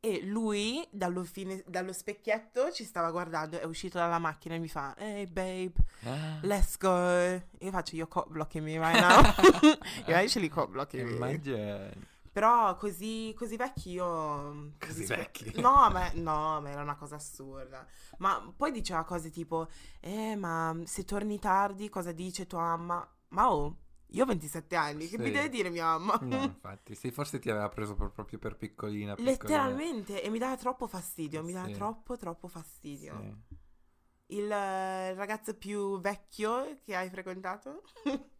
[SPEAKER 2] E lui dallo, fine- dallo specchietto ci stava guardando, è uscito dalla macchina e mi fa, Ehi babe,
[SPEAKER 1] Ah,
[SPEAKER 2] Let's go. Io faccio io cop blocking me right now. You're actually cop
[SPEAKER 1] Eh,
[SPEAKER 2] blocking me.
[SPEAKER 1] Immagine.
[SPEAKER 2] Però così, così vecchi io.
[SPEAKER 1] Così
[SPEAKER 2] spe-
[SPEAKER 1] vecchi.
[SPEAKER 2] No ma, no, ma era una cosa assurda. Ma poi diceva cose tipo: Eh, ma se torni tardi, cosa dice tua mamma? Ma oh, io ho 27 anni, che
[SPEAKER 1] Sì.
[SPEAKER 2] mi deve dire mia mamma?
[SPEAKER 1] No, infatti. Sì, forse ti aveva preso pro- proprio per piccolina. piccolina.
[SPEAKER 2] Letteralmente, e mi dava troppo fastidio, mi dava
[SPEAKER 1] Sì.
[SPEAKER 2] troppo, troppo fastidio.
[SPEAKER 1] Sì.
[SPEAKER 2] Il eh, ragazzo più vecchio che hai frequentato?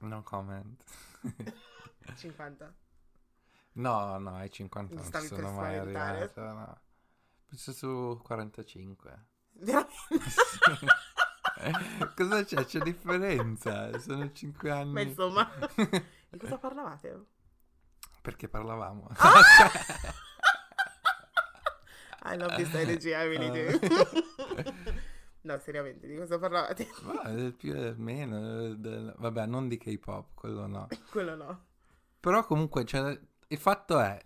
[SPEAKER 1] No comment.
[SPEAKER 2] 50.
[SPEAKER 1] No, no, ai 50
[SPEAKER 2] Mi
[SPEAKER 1] non
[SPEAKER 2] stavi
[SPEAKER 1] ci
[SPEAKER 2] per
[SPEAKER 1] sono mai
[SPEAKER 2] spaventare.
[SPEAKER 1] arrivato. No. Penso su 45.
[SPEAKER 2] Veramente?
[SPEAKER 1] Cosa c'è? C'è differenza. Sono 5 anni.
[SPEAKER 2] Ma insomma, di cosa parlavate? Ah!
[SPEAKER 1] Perché parlavamo.
[SPEAKER 2] I love this energy, I really do. no, seriamente, di cosa parlavate?
[SPEAKER 1] Ma eh, più e meno. eh, del- Vabbè, non di K-pop, quello no.
[SPEAKER 2] Quello no.
[SPEAKER 1] Però comunque, cioè, il fatto è,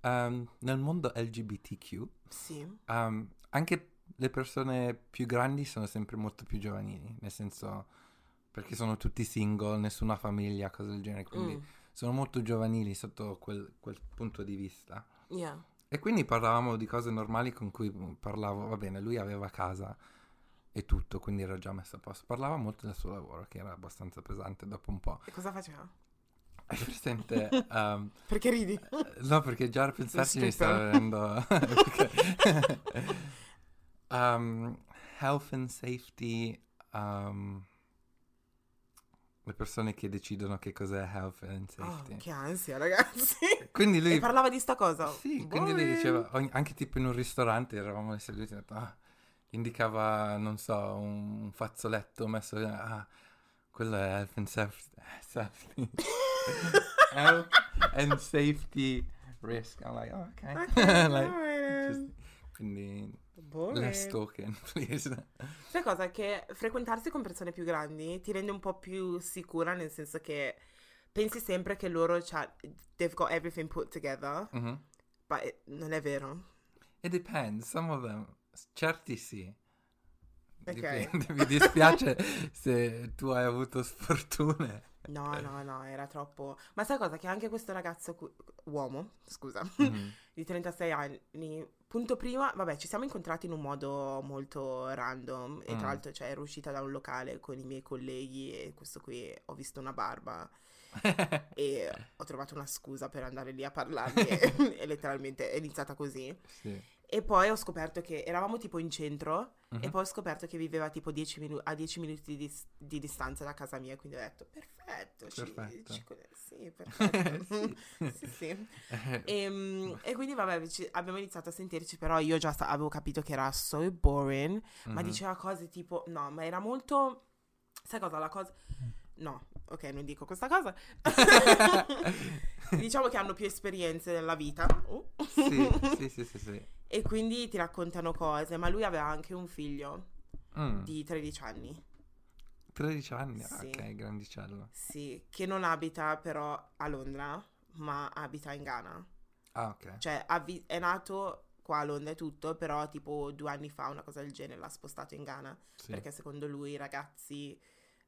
[SPEAKER 1] ehm, nel mondo LGBTQ,
[SPEAKER 2] Sì.
[SPEAKER 1] ehm, anche le persone più grandi sono sempre molto più giovanili, nel senso perché sono tutti single, nessuna famiglia, cose del genere, quindi
[SPEAKER 3] Mm.
[SPEAKER 1] sono molto giovanili sotto quel, quel punto di vista.
[SPEAKER 3] Yeah.
[SPEAKER 1] E quindi parlavamo di cose normali con cui mm, parlavo, va bene, lui aveva casa e tutto, quindi era già messo a posto. Parlava molto del suo lavoro, che era abbastanza pesante dopo un po'.
[SPEAKER 2] E cosa faceva?
[SPEAKER 1] È presente... ehm,
[SPEAKER 2] Perché ridi?
[SPEAKER 1] No, perché già a pensarci mi sta
[SPEAKER 2] stripper.
[SPEAKER 1] venendo. perché- Um, health and safety. um, le persone che decidono che cos'è health and
[SPEAKER 2] Oh,
[SPEAKER 1] safety.
[SPEAKER 2] che ansia, ragazzi.
[SPEAKER 1] Quindi lui.
[SPEAKER 2] E parlava di eh. sta cosa. Boh.
[SPEAKER 1] Sì,
[SPEAKER 2] Boring.
[SPEAKER 1] quindi lui diceva. ogni- anche tipo in un ristorante eravamo seduti e ho detto, "Ah", indicava, non so, un fazzoletto messo. Ah, quello è health and safety. safety. health and safety risk. I'm like, oh, okay.
[SPEAKER 2] Ok,
[SPEAKER 1] Like,
[SPEAKER 2] alright.
[SPEAKER 1] just- quindi
[SPEAKER 2] Boring.
[SPEAKER 1] less token, please.
[SPEAKER 2] Sai cosa? Che frequentarsi con persone più grandi ti rende un po' più sicura, nel senso che pensi sempre che loro c'ha, they've got everything put together,
[SPEAKER 1] Mhm.
[SPEAKER 2] ma eh, non è vero.
[SPEAKER 1] It depends, some of them. Certi sì.
[SPEAKER 2] Ok.
[SPEAKER 1] Dipende, mi dispiace se tu hai avuto sfortune.
[SPEAKER 2] No, no, no, era troppo. Ma sai cosa? Che anche questo ragazzo, cu- uomo, scusa,
[SPEAKER 1] Mhm.
[SPEAKER 2] di 36 anni, punto prima, vabbè, ci siamo incontrati in un modo molto random e
[SPEAKER 1] Mm.
[SPEAKER 2] tra l'altro, cioè, ero uscita da un locale con i miei colleghi e questo qui, ho visto una barba e ho trovato una scusa per andare lì a parlargli e, e letteralmente è iniziata così.
[SPEAKER 1] sì.
[SPEAKER 2] E poi ho scoperto che eravamo tipo in centro e
[SPEAKER 1] Mhm.
[SPEAKER 2] poi ho scoperto che viveva tipo 10 minu- a 10 minuti di, dis- di distanza da casa mia, quindi ho detto perfetto, ci-
[SPEAKER 1] Perfetto.
[SPEAKER 2] ci con- sì, perfetto. sì, sì.
[SPEAKER 1] Eh,
[SPEAKER 2] E, mm, e quindi vabbè ci- abbiamo iniziato a sentirci, però io già sa- avevo capito che era so boring, ma
[SPEAKER 1] mhm.
[SPEAKER 2] diceva cose tipo no, ma era molto... Sai cosa? La cosa...
[SPEAKER 1] Mm.
[SPEAKER 2] No, ok, non dico questa cosa. diciamo che hanno più esperienze nella vita. Oh.
[SPEAKER 1] sì, sì, sì, sì, sì.
[SPEAKER 2] E quindi ti raccontano cose, ma lui aveva anche un figlio
[SPEAKER 1] Mm,
[SPEAKER 2] di 13 anni,
[SPEAKER 1] 13 anni, ah,
[SPEAKER 2] Sì.
[SPEAKER 1] ok, grandicello.
[SPEAKER 2] sì, che non abita però a Londra, ma abita in Ghana.
[SPEAKER 1] Ah, ok.
[SPEAKER 2] Cioè ha vi- è nato qua a Londra e tutto, però tipo due anni fa, una cosa del genere, l'ha spostato in Ghana,
[SPEAKER 1] Sì.
[SPEAKER 2] perché secondo lui i ragazzi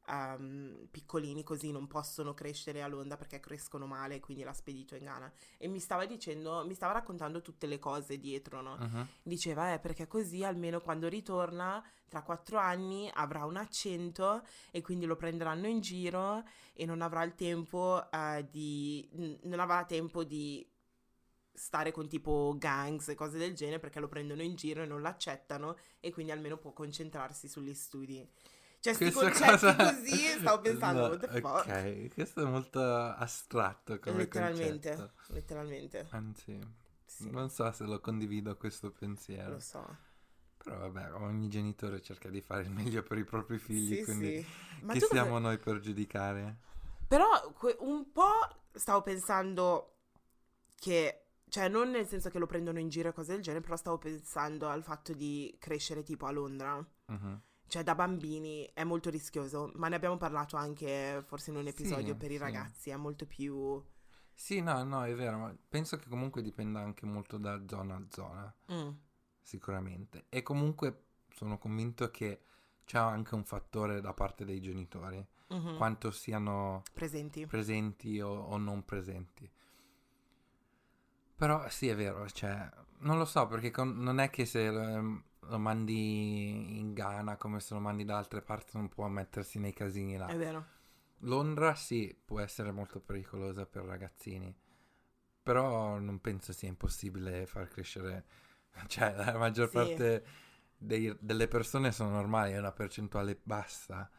[SPEAKER 2] ehm, piccolini così non possono crescere a Londra perché crescono male, quindi l'ha spedito in Ghana. E mi stava dicendo, mi stava raccontando tutte le cose dietro, no?
[SPEAKER 1] Mhm.
[SPEAKER 2] Diceva, eh, perché così almeno quando ritorna tra quattro anni avrà un accento e quindi lo prenderanno in giro e non avrà il tempo eh, di... n- non avrà tempo di stare con tipo gangs e cose del genere perché lo prendono in giro e non l'accettano e quindi almeno può concentrarsi sugli studi. Cioè, sti
[SPEAKER 1] Questa
[SPEAKER 2] concetti così stavo pensando,
[SPEAKER 1] No,
[SPEAKER 2] what the fuck?
[SPEAKER 1] ok, questo è molto astratto come
[SPEAKER 2] Letteralmente,
[SPEAKER 1] concetto. Eh,
[SPEAKER 2] letteralmente.
[SPEAKER 1] Anzi,
[SPEAKER 2] Sì,
[SPEAKER 1] non so se lo condivido questo pensiero.
[SPEAKER 2] lo so.
[SPEAKER 1] Però vabbè, ogni genitore cerca di fare il meglio per i propri figli,
[SPEAKER 2] Sì,
[SPEAKER 1] quindi
[SPEAKER 2] sì. Ma
[SPEAKER 1] chi
[SPEAKER 2] tu cosa-
[SPEAKER 1] siamo noi per giudicare?
[SPEAKER 2] Però que- un po' stavo pensando che, cioè non nel senso che lo prendono in giro e cose del genere, però stavo pensando al fatto di crescere tipo a Londra.
[SPEAKER 1] Mhm.
[SPEAKER 2] Cioè da bambini è molto rischioso, ma ne abbiamo parlato anche forse in un
[SPEAKER 1] Sì,
[SPEAKER 2] episodio per i
[SPEAKER 1] sì.
[SPEAKER 2] ragazzi, è molto più...
[SPEAKER 1] Sì, no, no, è vero, ma penso che comunque dipenda anche molto da zona a zona,
[SPEAKER 2] Mm,
[SPEAKER 1] sicuramente. E comunque sono convinto che c'è anche un fattore da parte dei genitori,
[SPEAKER 2] mhm,
[SPEAKER 1] quanto siano
[SPEAKER 2] Presenti.
[SPEAKER 1] presenti o, o non presenti. Però sì, è vero, cioè, non lo so, perché con- non è che se lo, ehm, lo mandi in Ghana come se lo mandi da altre parti non può mettersi nei casini là.
[SPEAKER 2] È vero.
[SPEAKER 1] Londra sì, può essere molto pericolosa per ragazzini, però non penso sia impossibile far crescere, cioè la maggior
[SPEAKER 2] Sì.
[SPEAKER 1] parte dei- delle persone sono normali, è una percentuale bassa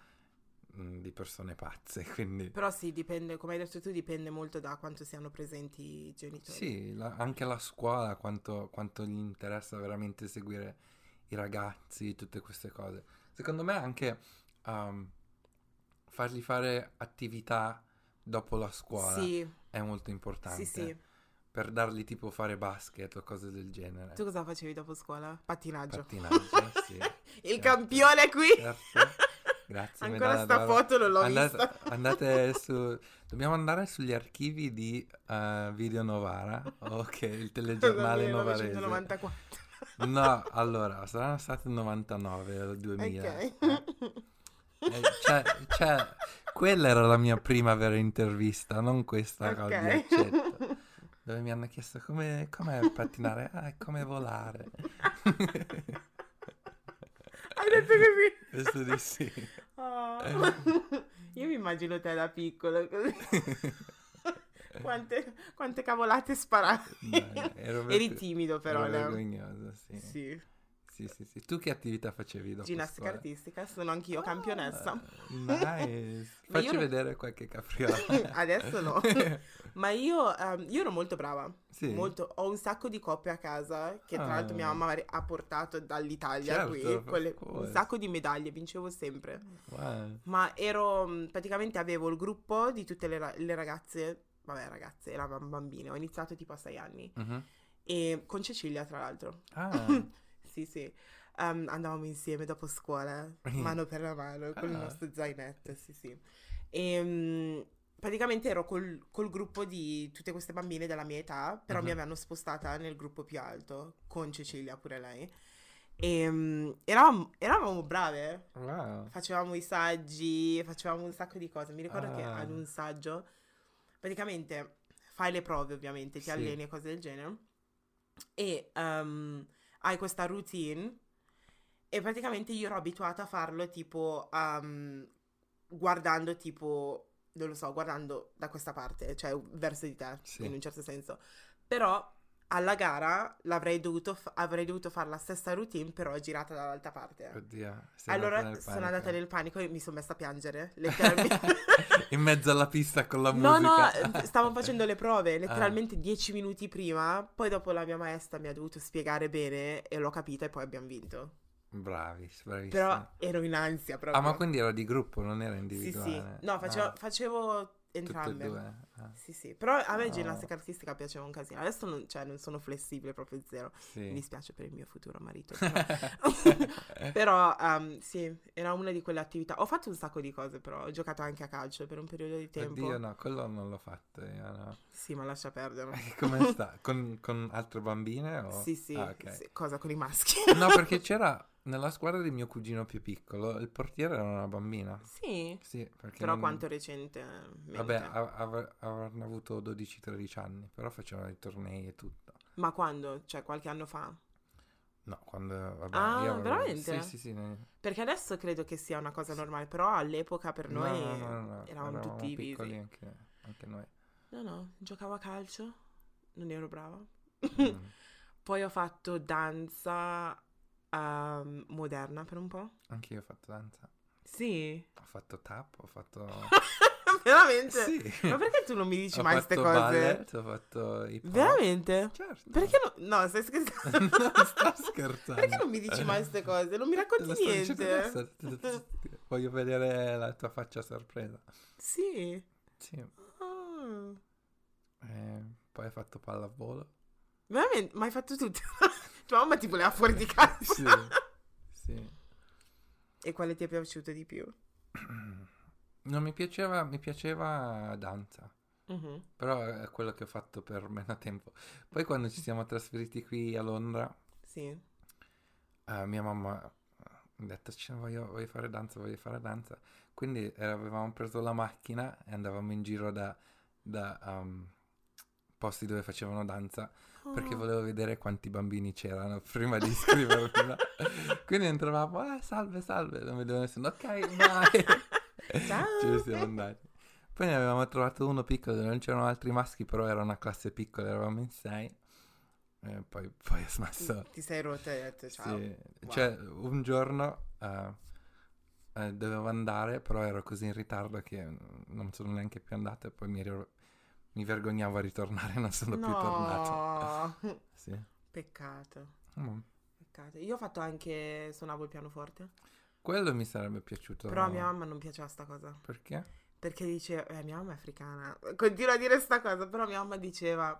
[SPEAKER 1] mm, di persone pazze, quindi...
[SPEAKER 2] Però sì, dipende, come hai detto tu, dipende molto da quanto siano presenti i genitori.
[SPEAKER 1] Sì, la- anche la scuola, quanto, quanto gli interessa veramente seguire i ragazzi, tutte queste cose. Secondo me anche um, fargli fare attività dopo la scuola
[SPEAKER 2] Sì,
[SPEAKER 1] è molto importante.
[SPEAKER 2] sì, sì.
[SPEAKER 1] Per dargli tipo fare basket o cose del genere.
[SPEAKER 2] Tu cosa facevi dopo scuola? Pattinaggio.
[SPEAKER 1] Pattinaggio, sì.
[SPEAKER 2] Il
[SPEAKER 1] Certo.
[SPEAKER 2] campione è qui.
[SPEAKER 1] Certo. Grazie,
[SPEAKER 2] Ancora
[SPEAKER 1] Medana
[SPEAKER 2] sta
[SPEAKER 1] d'oro.
[SPEAKER 2] foto non l'ho
[SPEAKER 1] Andate,
[SPEAKER 2] vista.
[SPEAKER 1] andate su. Dobbiamo andare sugli archivi di eh, Video Novara. Ok, il telegiornale novarese.
[SPEAKER 2] 1994.
[SPEAKER 1] No, allora, saranno state 99 o 2000.
[SPEAKER 2] ok.
[SPEAKER 1] Eh, cioè, cioè, quella era la mia prima vera intervista, non questa
[SPEAKER 2] Ok.
[SPEAKER 1] cosa di accetto. Dove mi hanno chiesto come com'è pattinare, ah, è come volare.
[SPEAKER 2] Hai detto così.
[SPEAKER 1] Questo di sì.
[SPEAKER 2] Oh. Io mi immagino te da piccolo così. Quante, quante cavolate sparavi.
[SPEAKER 1] Dai, ero
[SPEAKER 2] Eri
[SPEAKER 1] vergo-
[SPEAKER 2] timido però,
[SPEAKER 1] ero
[SPEAKER 2] Leo.
[SPEAKER 1] vergognoso, sì. Sì.
[SPEAKER 2] Sì.
[SPEAKER 1] sì, sì, Tu che attività facevi dopo
[SPEAKER 2] Ginnastica
[SPEAKER 1] scuola?
[SPEAKER 2] artistica, sono anch'io campionessa.
[SPEAKER 1] Ah, Nice.
[SPEAKER 2] Ma io
[SPEAKER 1] Facci
[SPEAKER 2] non-
[SPEAKER 1] vedere qualche capriola.
[SPEAKER 2] Adesso no. Ma io, ehm, io ero molto brava.
[SPEAKER 1] sì.
[SPEAKER 2] Molto. Ho un sacco di coppe a casa che tra
[SPEAKER 1] Ah.
[SPEAKER 2] l'altro mia mamma ha portato dall'Italia
[SPEAKER 1] Certo,
[SPEAKER 2] qui.
[SPEAKER 1] of
[SPEAKER 2] con le- un
[SPEAKER 1] course.
[SPEAKER 2] sacco di medaglie, vincevo sempre.
[SPEAKER 1] Wow.
[SPEAKER 2] Ma ero mh, praticamente avevo il gruppo di tutte le, ra- le ragazze, vabbè ragazze, eravamo bambine, ho iniziato tipo a sei anni
[SPEAKER 1] Mhm.
[SPEAKER 2] e con Cecilia tra l'altro.
[SPEAKER 1] Ah,
[SPEAKER 2] Sì, sì. Ehm, andavamo insieme dopo scuola, mano per la mano, con il
[SPEAKER 1] Ah.
[SPEAKER 2] nostro zainetto, sì, sì. E mh, praticamente ero col, col gruppo di tutte queste bambine della mia età, però mi
[SPEAKER 1] Mhm.
[SPEAKER 2] avevano spostata nel gruppo più alto, con Cecilia pure lei. E mh, eravamo- eravamo brave,
[SPEAKER 1] wow.
[SPEAKER 2] facevamo i saggi, facevamo un sacco di cose. Mi ricordo che
[SPEAKER 1] Ah.
[SPEAKER 2] ad un saggio, praticamente fai le prove ovviamente, ti
[SPEAKER 1] Sì.
[SPEAKER 2] alleni e cose del genere, e ehm, hai questa routine e praticamente io ero abituata a farlo tipo ehm, guardando tipo, non lo so, guardando da questa parte, cioè verso di te
[SPEAKER 1] Sì.
[SPEAKER 2] in un certo senso. Però alla gara l'avrei dovuto, fa- avrei dovuto fare la stessa routine però girata dall'altra
[SPEAKER 1] Eh,
[SPEAKER 2] parte.
[SPEAKER 1] Oddio. sei andata
[SPEAKER 2] Allora
[SPEAKER 1] nel
[SPEAKER 2] sono andata
[SPEAKER 1] panico.
[SPEAKER 2] nel panico e mi sono messa a piangere, letteralmente.
[SPEAKER 1] in mezzo alla pista con la
[SPEAKER 2] no, no,
[SPEAKER 1] musica. Ah.
[SPEAKER 2] stavo facendo le prove, letteralmente dieci minuti prima, poi dopo la mia maestra mi ha dovuto spiegare bene e l'ho capita e poi abbiamo vinto.
[SPEAKER 1] Bravi, bravissimi.
[SPEAKER 2] Però ero in ansia proprio.
[SPEAKER 1] Ah, ma quindi era di gruppo, non era
[SPEAKER 2] Sì,
[SPEAKER 1] individuale.
[SPEAKER 2] sì. No, facevo,
[SPEAKER 1] Ah,
[SPEAKER 2] facevo
[SPEAKER 1] tutte e
[SPEAKER 2] entrambe.
[SPEAKER 1] due. Ah,
[SPEAKER 2] Sì, sì. Però a me
[SPEAKER 1] Ah.
[SPEAKER 2] ginnastica artistica piaceva un casino. Adesso non, cioè, non sono flessibile proprio zero. Mi
[SPEAKER 1] sì.
[SPEAKER 2] dispiace per il mio futuro marito. Però, però, ehm, sì, era una di quelle attività. Ho fatto un sacco di cose, però ho giocato anche a calcio per un periodo di tempo.
[SPEAKER 1] Oddio, no, quello non l'ho fatto io, no.
[SPEAKER 2] Sì, ma lascia perdere.
[SPEAKER 1] Come sta? Con, con altre bambine? O...
[SPEAKER 2] Sì, sì,
[SPEAKER 1] Ah, ok.
[SPEAKER 2] sì, cosa con i maschi.
[SPEAKER 1] No, perché c'era nella squadra di mio cugino più piccolo, il portiere era una bambina.
[SPEAKER 2] sì,
[SPEAKER 1] Sì, perché...
[SPEAKER 2] però
[SPEAKER 1] non-
[SPEAKER 2] quanto recente.
[SPEAKER 1] Vabbè, av- av- avranno avuto 12-13 anni, però facevano i tornei e tutto.
[SPEAKER 2] Ma quando? Cioè, qualche anno fa?
[SPEAKER 1] No, quando... Vabbè,
[SPEAKER 2] Ah,
[SPEAKER 1] io avevo-
[SPEAKER 2] veramente?
[SPEAKER 1] Sì, sì, sì. ne-
[SPEAKER 2] Perché adesso credo che sia una cosa normale, però all'epoca per
[SPEAKER 1] No,
[SPEAKER 2] noi
[SPEAKER 1] no, no, no,
[SPEAKER 2] eravamo tutti
[SPEAKER 1] piccoli
[SPEAKER 2] divisi.
[SPEAKER 1] anche, anche noi.
[SPEAKER 2] No, no, giocavo a calcio, non ero brava.
[SPEAKER 1] Mm.
[SPEAKER 2] Poi ho fatto danza ehm, moderna per un po'.
[SPEAKER 1] Anche io ho fatto danza.
[SPEAKER 2] Sì,
[SPEAKER 1] Ho fatto tap, ho fatto...
[SPEAKER 2] veramente.
[SPEAKER 1] sì.
[SPEAKER 2] Ma perché tu non mi dici
[SPEAKER 1] Ho
[SPEAKER 2] mai queste
[SPEAKER 1] fatto
[SPEAKER 2] cose?
[SPEAKER 1] ballet, ho fatto hip hop.
[SPEAKER 2] Veramente?
[SPEAKER 1] Certo.
[SPEAKER 2] Perché no? No, stai scherzando.
[SPEAKER 1] non sto scherzando.
[SPEAKER 2] Perché non mi dici mai queste cose? Non mi
[SPEAKER 1] Te
[SPEAKER 2] racconti
[SPEAKER 1] lo sto dicendo
[SPEAKER 2] niente.
[SPEAKER 1] adesso. Te- te- te- Voglio vedere la tua faccia a sorpresa.
[SPEAKER 2] Sì.
[SPEAKER 1] Sì.
[SPEAKER 2] Ah.
[SPEAKER 1] eh, poi hai fatto pallavolo.
[SPEAKER 2] Veramente? Ma hai fatto tutto? Tua mamma ti voleva fuori di casa.
[SPEAKER 1] Sì. sì.
[SPEAKER 2] E quale ti è piaciuto di più?
[SPEAKER 1] Non mi piaceva, mi piaceva danza.
[SPEAKER 2] Mhm.
[SPEAKER 1] Però è quello che ho fatto per meno tempo. Poi quando ci siamo trasferiti qui a Londra,
[SPEAKER 2] Sì.
[SPEAKER 1] Eh, mia mamma ha detto "Cioè, voglio, voglio fare danza, voglio fare danza. Quindi eh, avevamo preso la macchina e andavamo in giro da, da, um, posti dove facevano danza perché
[SPEAKER 2] Ah.
[SPEAKER 1] volevo vedere quanti bambini c'erano prima di iscrivermi. no? Quindi entravamo, ah, salve, salve, non vedevo nessuno, ok, vai.
[SPEAKER 2] Ciao.
[SPEAKER 1] Ce ne siamo andati. Poi ne avevamo trovato uno piccolo, dove non c'erano altri maschi, però era una classe piccola, eravamo in sei. E poi, poi è smesso.
[SPEAKER 2] Ti sei rotta e hai detto
[SPEAKER 1] Sì,
[SPEAKER 2] ciao. Wow.
[SPEAKER 1] cioè un giorno eh, eh, dovevo andare, però ero così in ritardo che non sono neanche più andato e poi mi, ero- mi vergognavo a ritornare, non sono più tornato.
[SPEAKER 2] No.
[SPEAKER 1] Sì.
[SPEAKER 2] Peccato.
[SPEAKER 1] Mm.
[SPEAKER 2] Peccato. Io ho fatto anche, suonavo il pianoforte,
[SPEAKER 1] Quello mi sarebbe piaciuto.
[SPEAKER 2] però a mia mamma non piaceva sta cosa,
[SPEAKER 1] Perché?
[SPEAKER 2] perché dice, eh, mia mamma è africana, continua a dire sta cosa, però mia mamma diceva,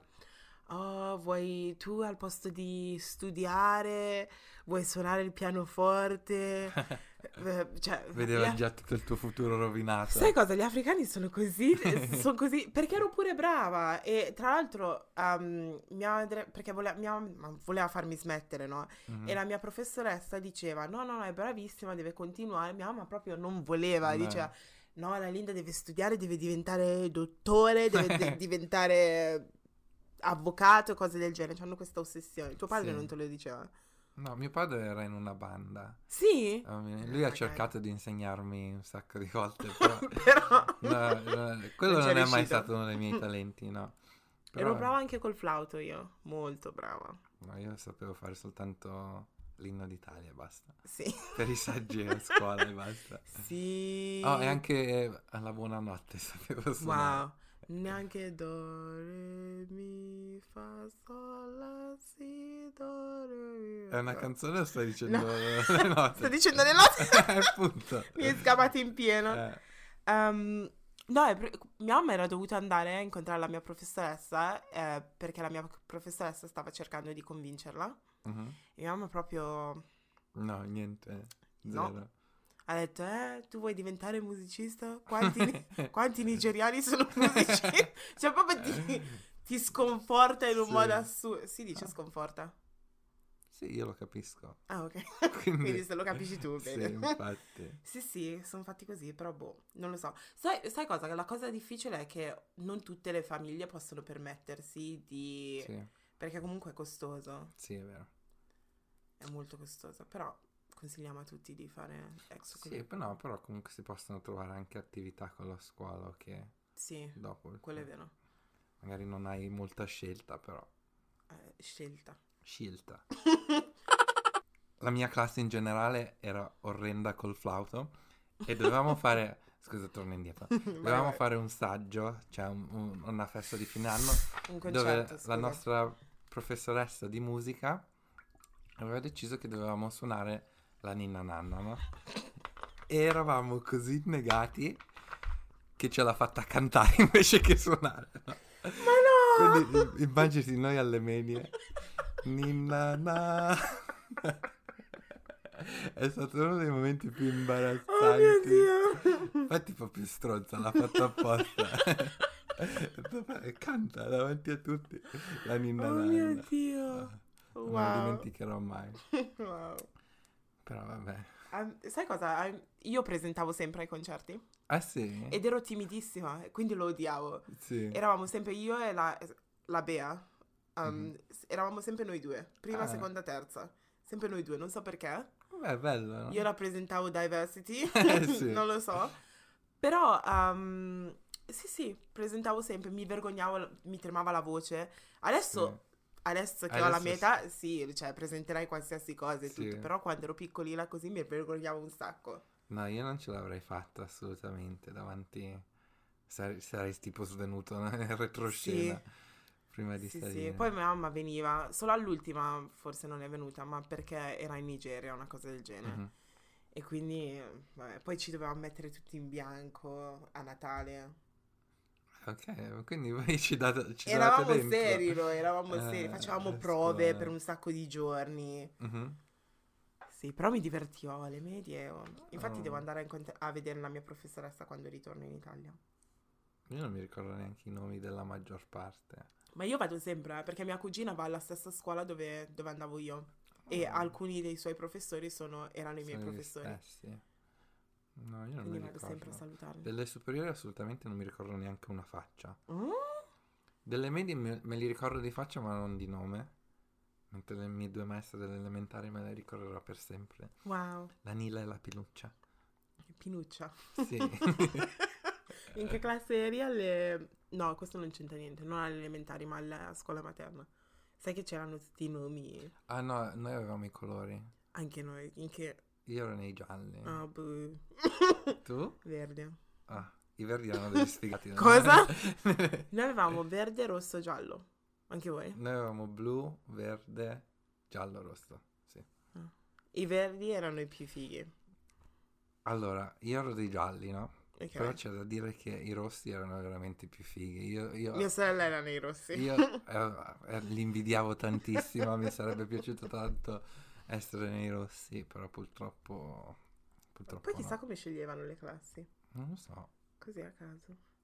[SPEAKER 2] oh, vuoi tu al posto di studiare, vuoi suonare il pianoforte, Eh, Cioè,
[SPEAKER 1] Vedeva
[SPEAKER 2] gli-
[SPEAKER 1] già tutto il tuo futuro rovinato.
[SPEAKER 2] Sai cosa? Gli africani sono così, sono così, perché ero pure brava e tra l'altro ehm, mia madre, perché voleva, mia mamma voleva farmi smettere, no?
[SPEAKER 1] Mhm.
[SPEAKER 2] E la mia professoressa diceva, no, no, no, è bravissima, deve continuare, mia mamma proprio non voleva,
[SPEAKER 1] Beh.
[SPEAKER 2] diceva, no, la Linda deve studiare, deve diventare dottore, deve de- diventare avvocato, cose del genere, hanno questa ossessione, tuo padre
[SPEAKER 1] Sì.
[SPEAKER 2] non te lo diceva.
[SPEAKER 1] No, mio padre era in una banda.
[SPEAKER 2] Sì,
[SPEAKER 1] Um, Lui ha
[SPEAKER 2] Eh, Magari.
[SPEAKER 1] cercato di insegnarmi un sacco di volte, però...
[SPEAKER 2] però...
[SPEAKER 1] no, no, quello
[SPEAKER 2] Non
[SPEAKER 1] non,
[SPEAKER 2] ci è
[SPEAKER 1] è mai
[SPEAKER 2] riuscito. Mm.
[SPEAKER 1] stato uno dei miei talenti, no. Però
[SPEAKER 2] Ero brava anche col flauto io, molto brava.
[SPEAKER 1] no, io sapevo fare soltanto l'inno d'Italia e basta.
[SPEAKER 2] Sì.
[SPEAKER 1] Per i saggi a scuola e basta.
[SPEAKER 2] Sì.
[SPEAKER 1] Oh, e anche alla buonanotte sapevo suonare.
[SPEAKER 2] Wow. Neanche do, re, mi, fa, sol, la, si, do, re, mi,
[SPEAKER 1] È una
[SPEAKER 2] fa.
[SPEAKER 1] canzone o stai dicendo
[SPEAKER 2] No.
[SPEAKER 1] le note?
[SPEAKER 2] Sto dicendo le note.
[SPEAKER 1] Appunto.
[SPEAKER 2] Mi è sgamato in pieno.
[SPEAKER 1] Eh,
[SPEAKER 2] Ehm, no, è per- mia mamma era dovuta andare a incontrare la mia professoressa eh, perché la mia professoressa stava cercando di convincerla.
[SPEAKER 1] mhm.
[SPEAKER 2] E mia mamma proprio
[SPEAKER 1] No, niente.
[SPEAKER 2] No.
[SPEAKER 1] Zero.
[SPEAKER 2] ha detto, eh, tu vuoi diventare musicista? Quanti, quanti nigeriani sono musicisti? cioè,
[SPEAKER 1] Eh,
[SPEAKER 2] proprio ti, ti sconforta in un
[SPEAKER 1] Sì. Ah.
[SPEAKER 2] modo assurdo. Si dice sconforta.
[SPEAKER 1] Sì, io lo capisco.
[SPEAKER 2] Ah, ok.
[SPEAKER 1] Quindi,
[SPEAKER 2] Quindi se lo capisci tu,
[SPEAKER 1] Sì,
[SPEAKER 2] bene.
[SPEAKER 1] infatti.
[SPEAKER 2] Sì, sì, sono fatti così, però boh, non lo so. Sai, sai cosa? La cosa difficile è che non tutte le famiglie possono permettersi di...
[SPEAKER 1] Sì,
[SPEAKER 2] Perché comunque è costoso,
[SPEAKER 1] sì, è vero.
[SPEAKER 2] è molto costoso, però consigliamo a tutti di fare
[SPEAKER 1] Sì,
[SPEAKER 2] extracurriculum.
[SPEAKER 1] però, no, però comunque si possono trovare anche attività con la scuola che
[SPEAKER 2] Sì,
[SPEAKER 1] dopo.
[SPEAKER 2] quello è vero.
[SPEAKER 1] Magari non hai molta scelta, però
[SPEAKER 2] Eh, scelta.
[SPEAKER 1] scelta. La mia classe in generale era orrenda col flauto e dovevamo fare... Scusa, torno indietro. Dovevamo
[SPEAKER 2] vai.
[SPEAKER 1] fare un saggio, cioè un- un- una festa di fine anno
[SPEAKER 2] Un
[SPEAKER 1] dove
[SPEAKER 2] concerto,
[SPEAKER 1] la
[SPEAKER 2] scusa.
[SPEAKER 1] nostra professoressa di musica aveva deciso che dovevamo suonare la ninna nanna, no? E eravamo così negati che ce l'ha fatta cantare invece che suonare. no?
[SPEAKER 2] Ma no!
[SPEAKER 1] Quindi mm, i- immagini noi alle menie. Ninna na. È stato uno dei momenti più imbarazzanti.
[SPEAKER 2] Oh mio Dio!
[SPEAKER 1] Infatti proprio stronza, l'ha fatto apposta.
[SPEAKER 2] Oh
[SPEAKER 1] Papà, Canta davanti a tutti la ninna
[SPEAKER 2] Oh
[SPEAKER 1] nanna.
[SPEAKER 2] mio Dio!
[SPEAKER 1] Ah, Non lo
[SPEAKER 2] Wow.
[SPEAKER 1] dimenticherò mai.
[SPEAKER 2] Wow.
[SPEAKER 1] Però vabbè.
[SPEAKER 2] Am- sai cosa? Am- io presentavo sempre ai concerti
[SPEAKER 1] Ah sì?
[SPEAKER 2] ed ero timidissima, quindi lo odiavo.
[SPEAKER 1] Sì.
[SPEAKER 2] Eravamo sempre io e la, la Bea. Um,
[SPEAKER 1] Mhm.
[SPEAKER 2] s- Eravamo sempre noi due, prima,
[SPEAKER 1] Ah.
[SPEAKER 2] seconda, terza. Sempre noi due, non so perché.
[SPEAKER 1] Vabbè, è bello, no?
[SPEAKER 2] Io rappresentavo diversity,
[SPEAKER 1] Ah. Eh, sì.
[SPEAKER 2] non lo so. Però um, sì, sì, presentavo sempre, mi vergognavo, mi tremava la voce. Adesso, adesso che ho la
[SPEAKER 1] Adesso
[SPEAKER 2] mia età, sì, cioè presenterai qualsiasi cosa e
[SPEAKER 1] Sì.
[SPEAKER 2] tutto. Però quando ero piccolina così mi vergognavo un sacco.
[SPEAKER 1] No, io non ce l'avrei fatta assolutamente davanti. Sare- sarei tipo svenuto no? in retroscena prima di
[SPEAKER 2] Sì,
[SPEAKER 1] stare
[SPEAKER 2] sì,
[SPEAKER 1] lì.
[SPEAKER 2] poi mia mamma veniva, solo all'ultima forse non è venuta, ma perché era in Nigeria, una cosa del genere.
[SPEAKER 1] Mhm.
[SPEAKER 2] E quindi, vabbè, poi ci dovevamo mettere tutti in bianco a Natale.
[SPEAKER 1] Ok, quindi voi ci date, ci davate
[SPEAKER 2] eravamo
[SPEAKER 1] Esatto, dentro.
[SPEAKER 2] seri, noi eravamo
[SPEAKER 1] Eh,
[SPEAKER 2] seri, facevamo
[SPEAKER 1] a
[SPEAKER 2] prove
[SPEAKER 1] scuola.
[SPEAKER 2] per un sacco di giorni.
[SPEAKER 1] Mhm.
[SPEAKER 2] Sì, però mi divertivo alle medie. oh. Infatti
[SPEAKER 1] Oh.
[SPEAKER 2] devo andare a, incont- a vedere la mia professoressa quando ritorno in Italia.
[SPEAKER 1] Io non mi ricordo neanche i nomi della maggior parte.
[SPEAKER 2] Ma io vado sempre, eh, perché mia cugina va alla stessa scuola dove, dove andavo io. E
[SPEAKER 1] Oh,
[SPEAKER 2] alcuni dei suoi professori sono- erano i miei
[SPEAKER 1] sono eh. gli
[SPEAKER 2] professori.
[SPEAKER 1] stessi. No, io non
[SPEAKER 2] Quindi
[SPEAKER 1] mi
[SPEAKER 2] vado sempre
[SPEAKER 1] ricordo.
[SPEAKER 2] a salutarli.
[SPEAKER 1] Delle superiori assolutamente non mi ricordo neanche una faccia.
[SPEAKER 2] Mm?
[SPEAKER 1] Delle medie me, me li ricordo di faccia ma non di nome. Mentre le mie due maestre delle elementari me le ricorderò per sempre.
[SPEAKER 2] Wow,
[SPEAKER 1] La Nila e la Piluccia.
[SPEAKER 2] Pinuccia.
[SPEAKER 1] Sì.
[SPEAKER 2] In che classe eri alle... No, questo non c'entra niente, non alle elementari, ma alla scuola materna. Sai che c'erano tutti i nomi,
[SPEAKER 1] ah no, noi avevamo i colori.
[SPEAKER 2] anche noi, in che...
[SPEAKER 1] Io ero nei gialli.
[SPEAKER 2] Ah, boh.
[SPEAKER 1] Tu?
[SPEAKER 2] Verde.
[SPEAKER 1] Ah, i verdi erano degli sfigati.
[SPEAKER 2] Cosa?
[SPEAKER 1] noi
[SPEAKER 2] Noi avevamo verde, rosso, giallo. Anche voi?
[SPEAKER 1] avevamo blu, verde, giallo, rosso. Sì.
[SPEAKER 2] I verdi erano i più fighi.
[SPEAKER 1] Allora, io ero dei gialli, no?
[SPEAKER 2] Ok.
[SPEAKER 1] Però c'è da dire che i rossi erano veramente i più fighi. Io, io,
[SPEAKER 2] Mia sorella era nei rossi.
[SPEAKER 1] Io eh, eh, li invidiavo tantissimo, mi sarebbe piaciuto tanto essere nei rossi, però purtroppo, purtroppo.
[SPEAKER 2] Poi chissà
[SPEAKER 1] no.
[SPEAKER 2] come sceglievano le classi.
[SPEAKER 1] Non lo so.
[SPEAKER 2] Così a caso.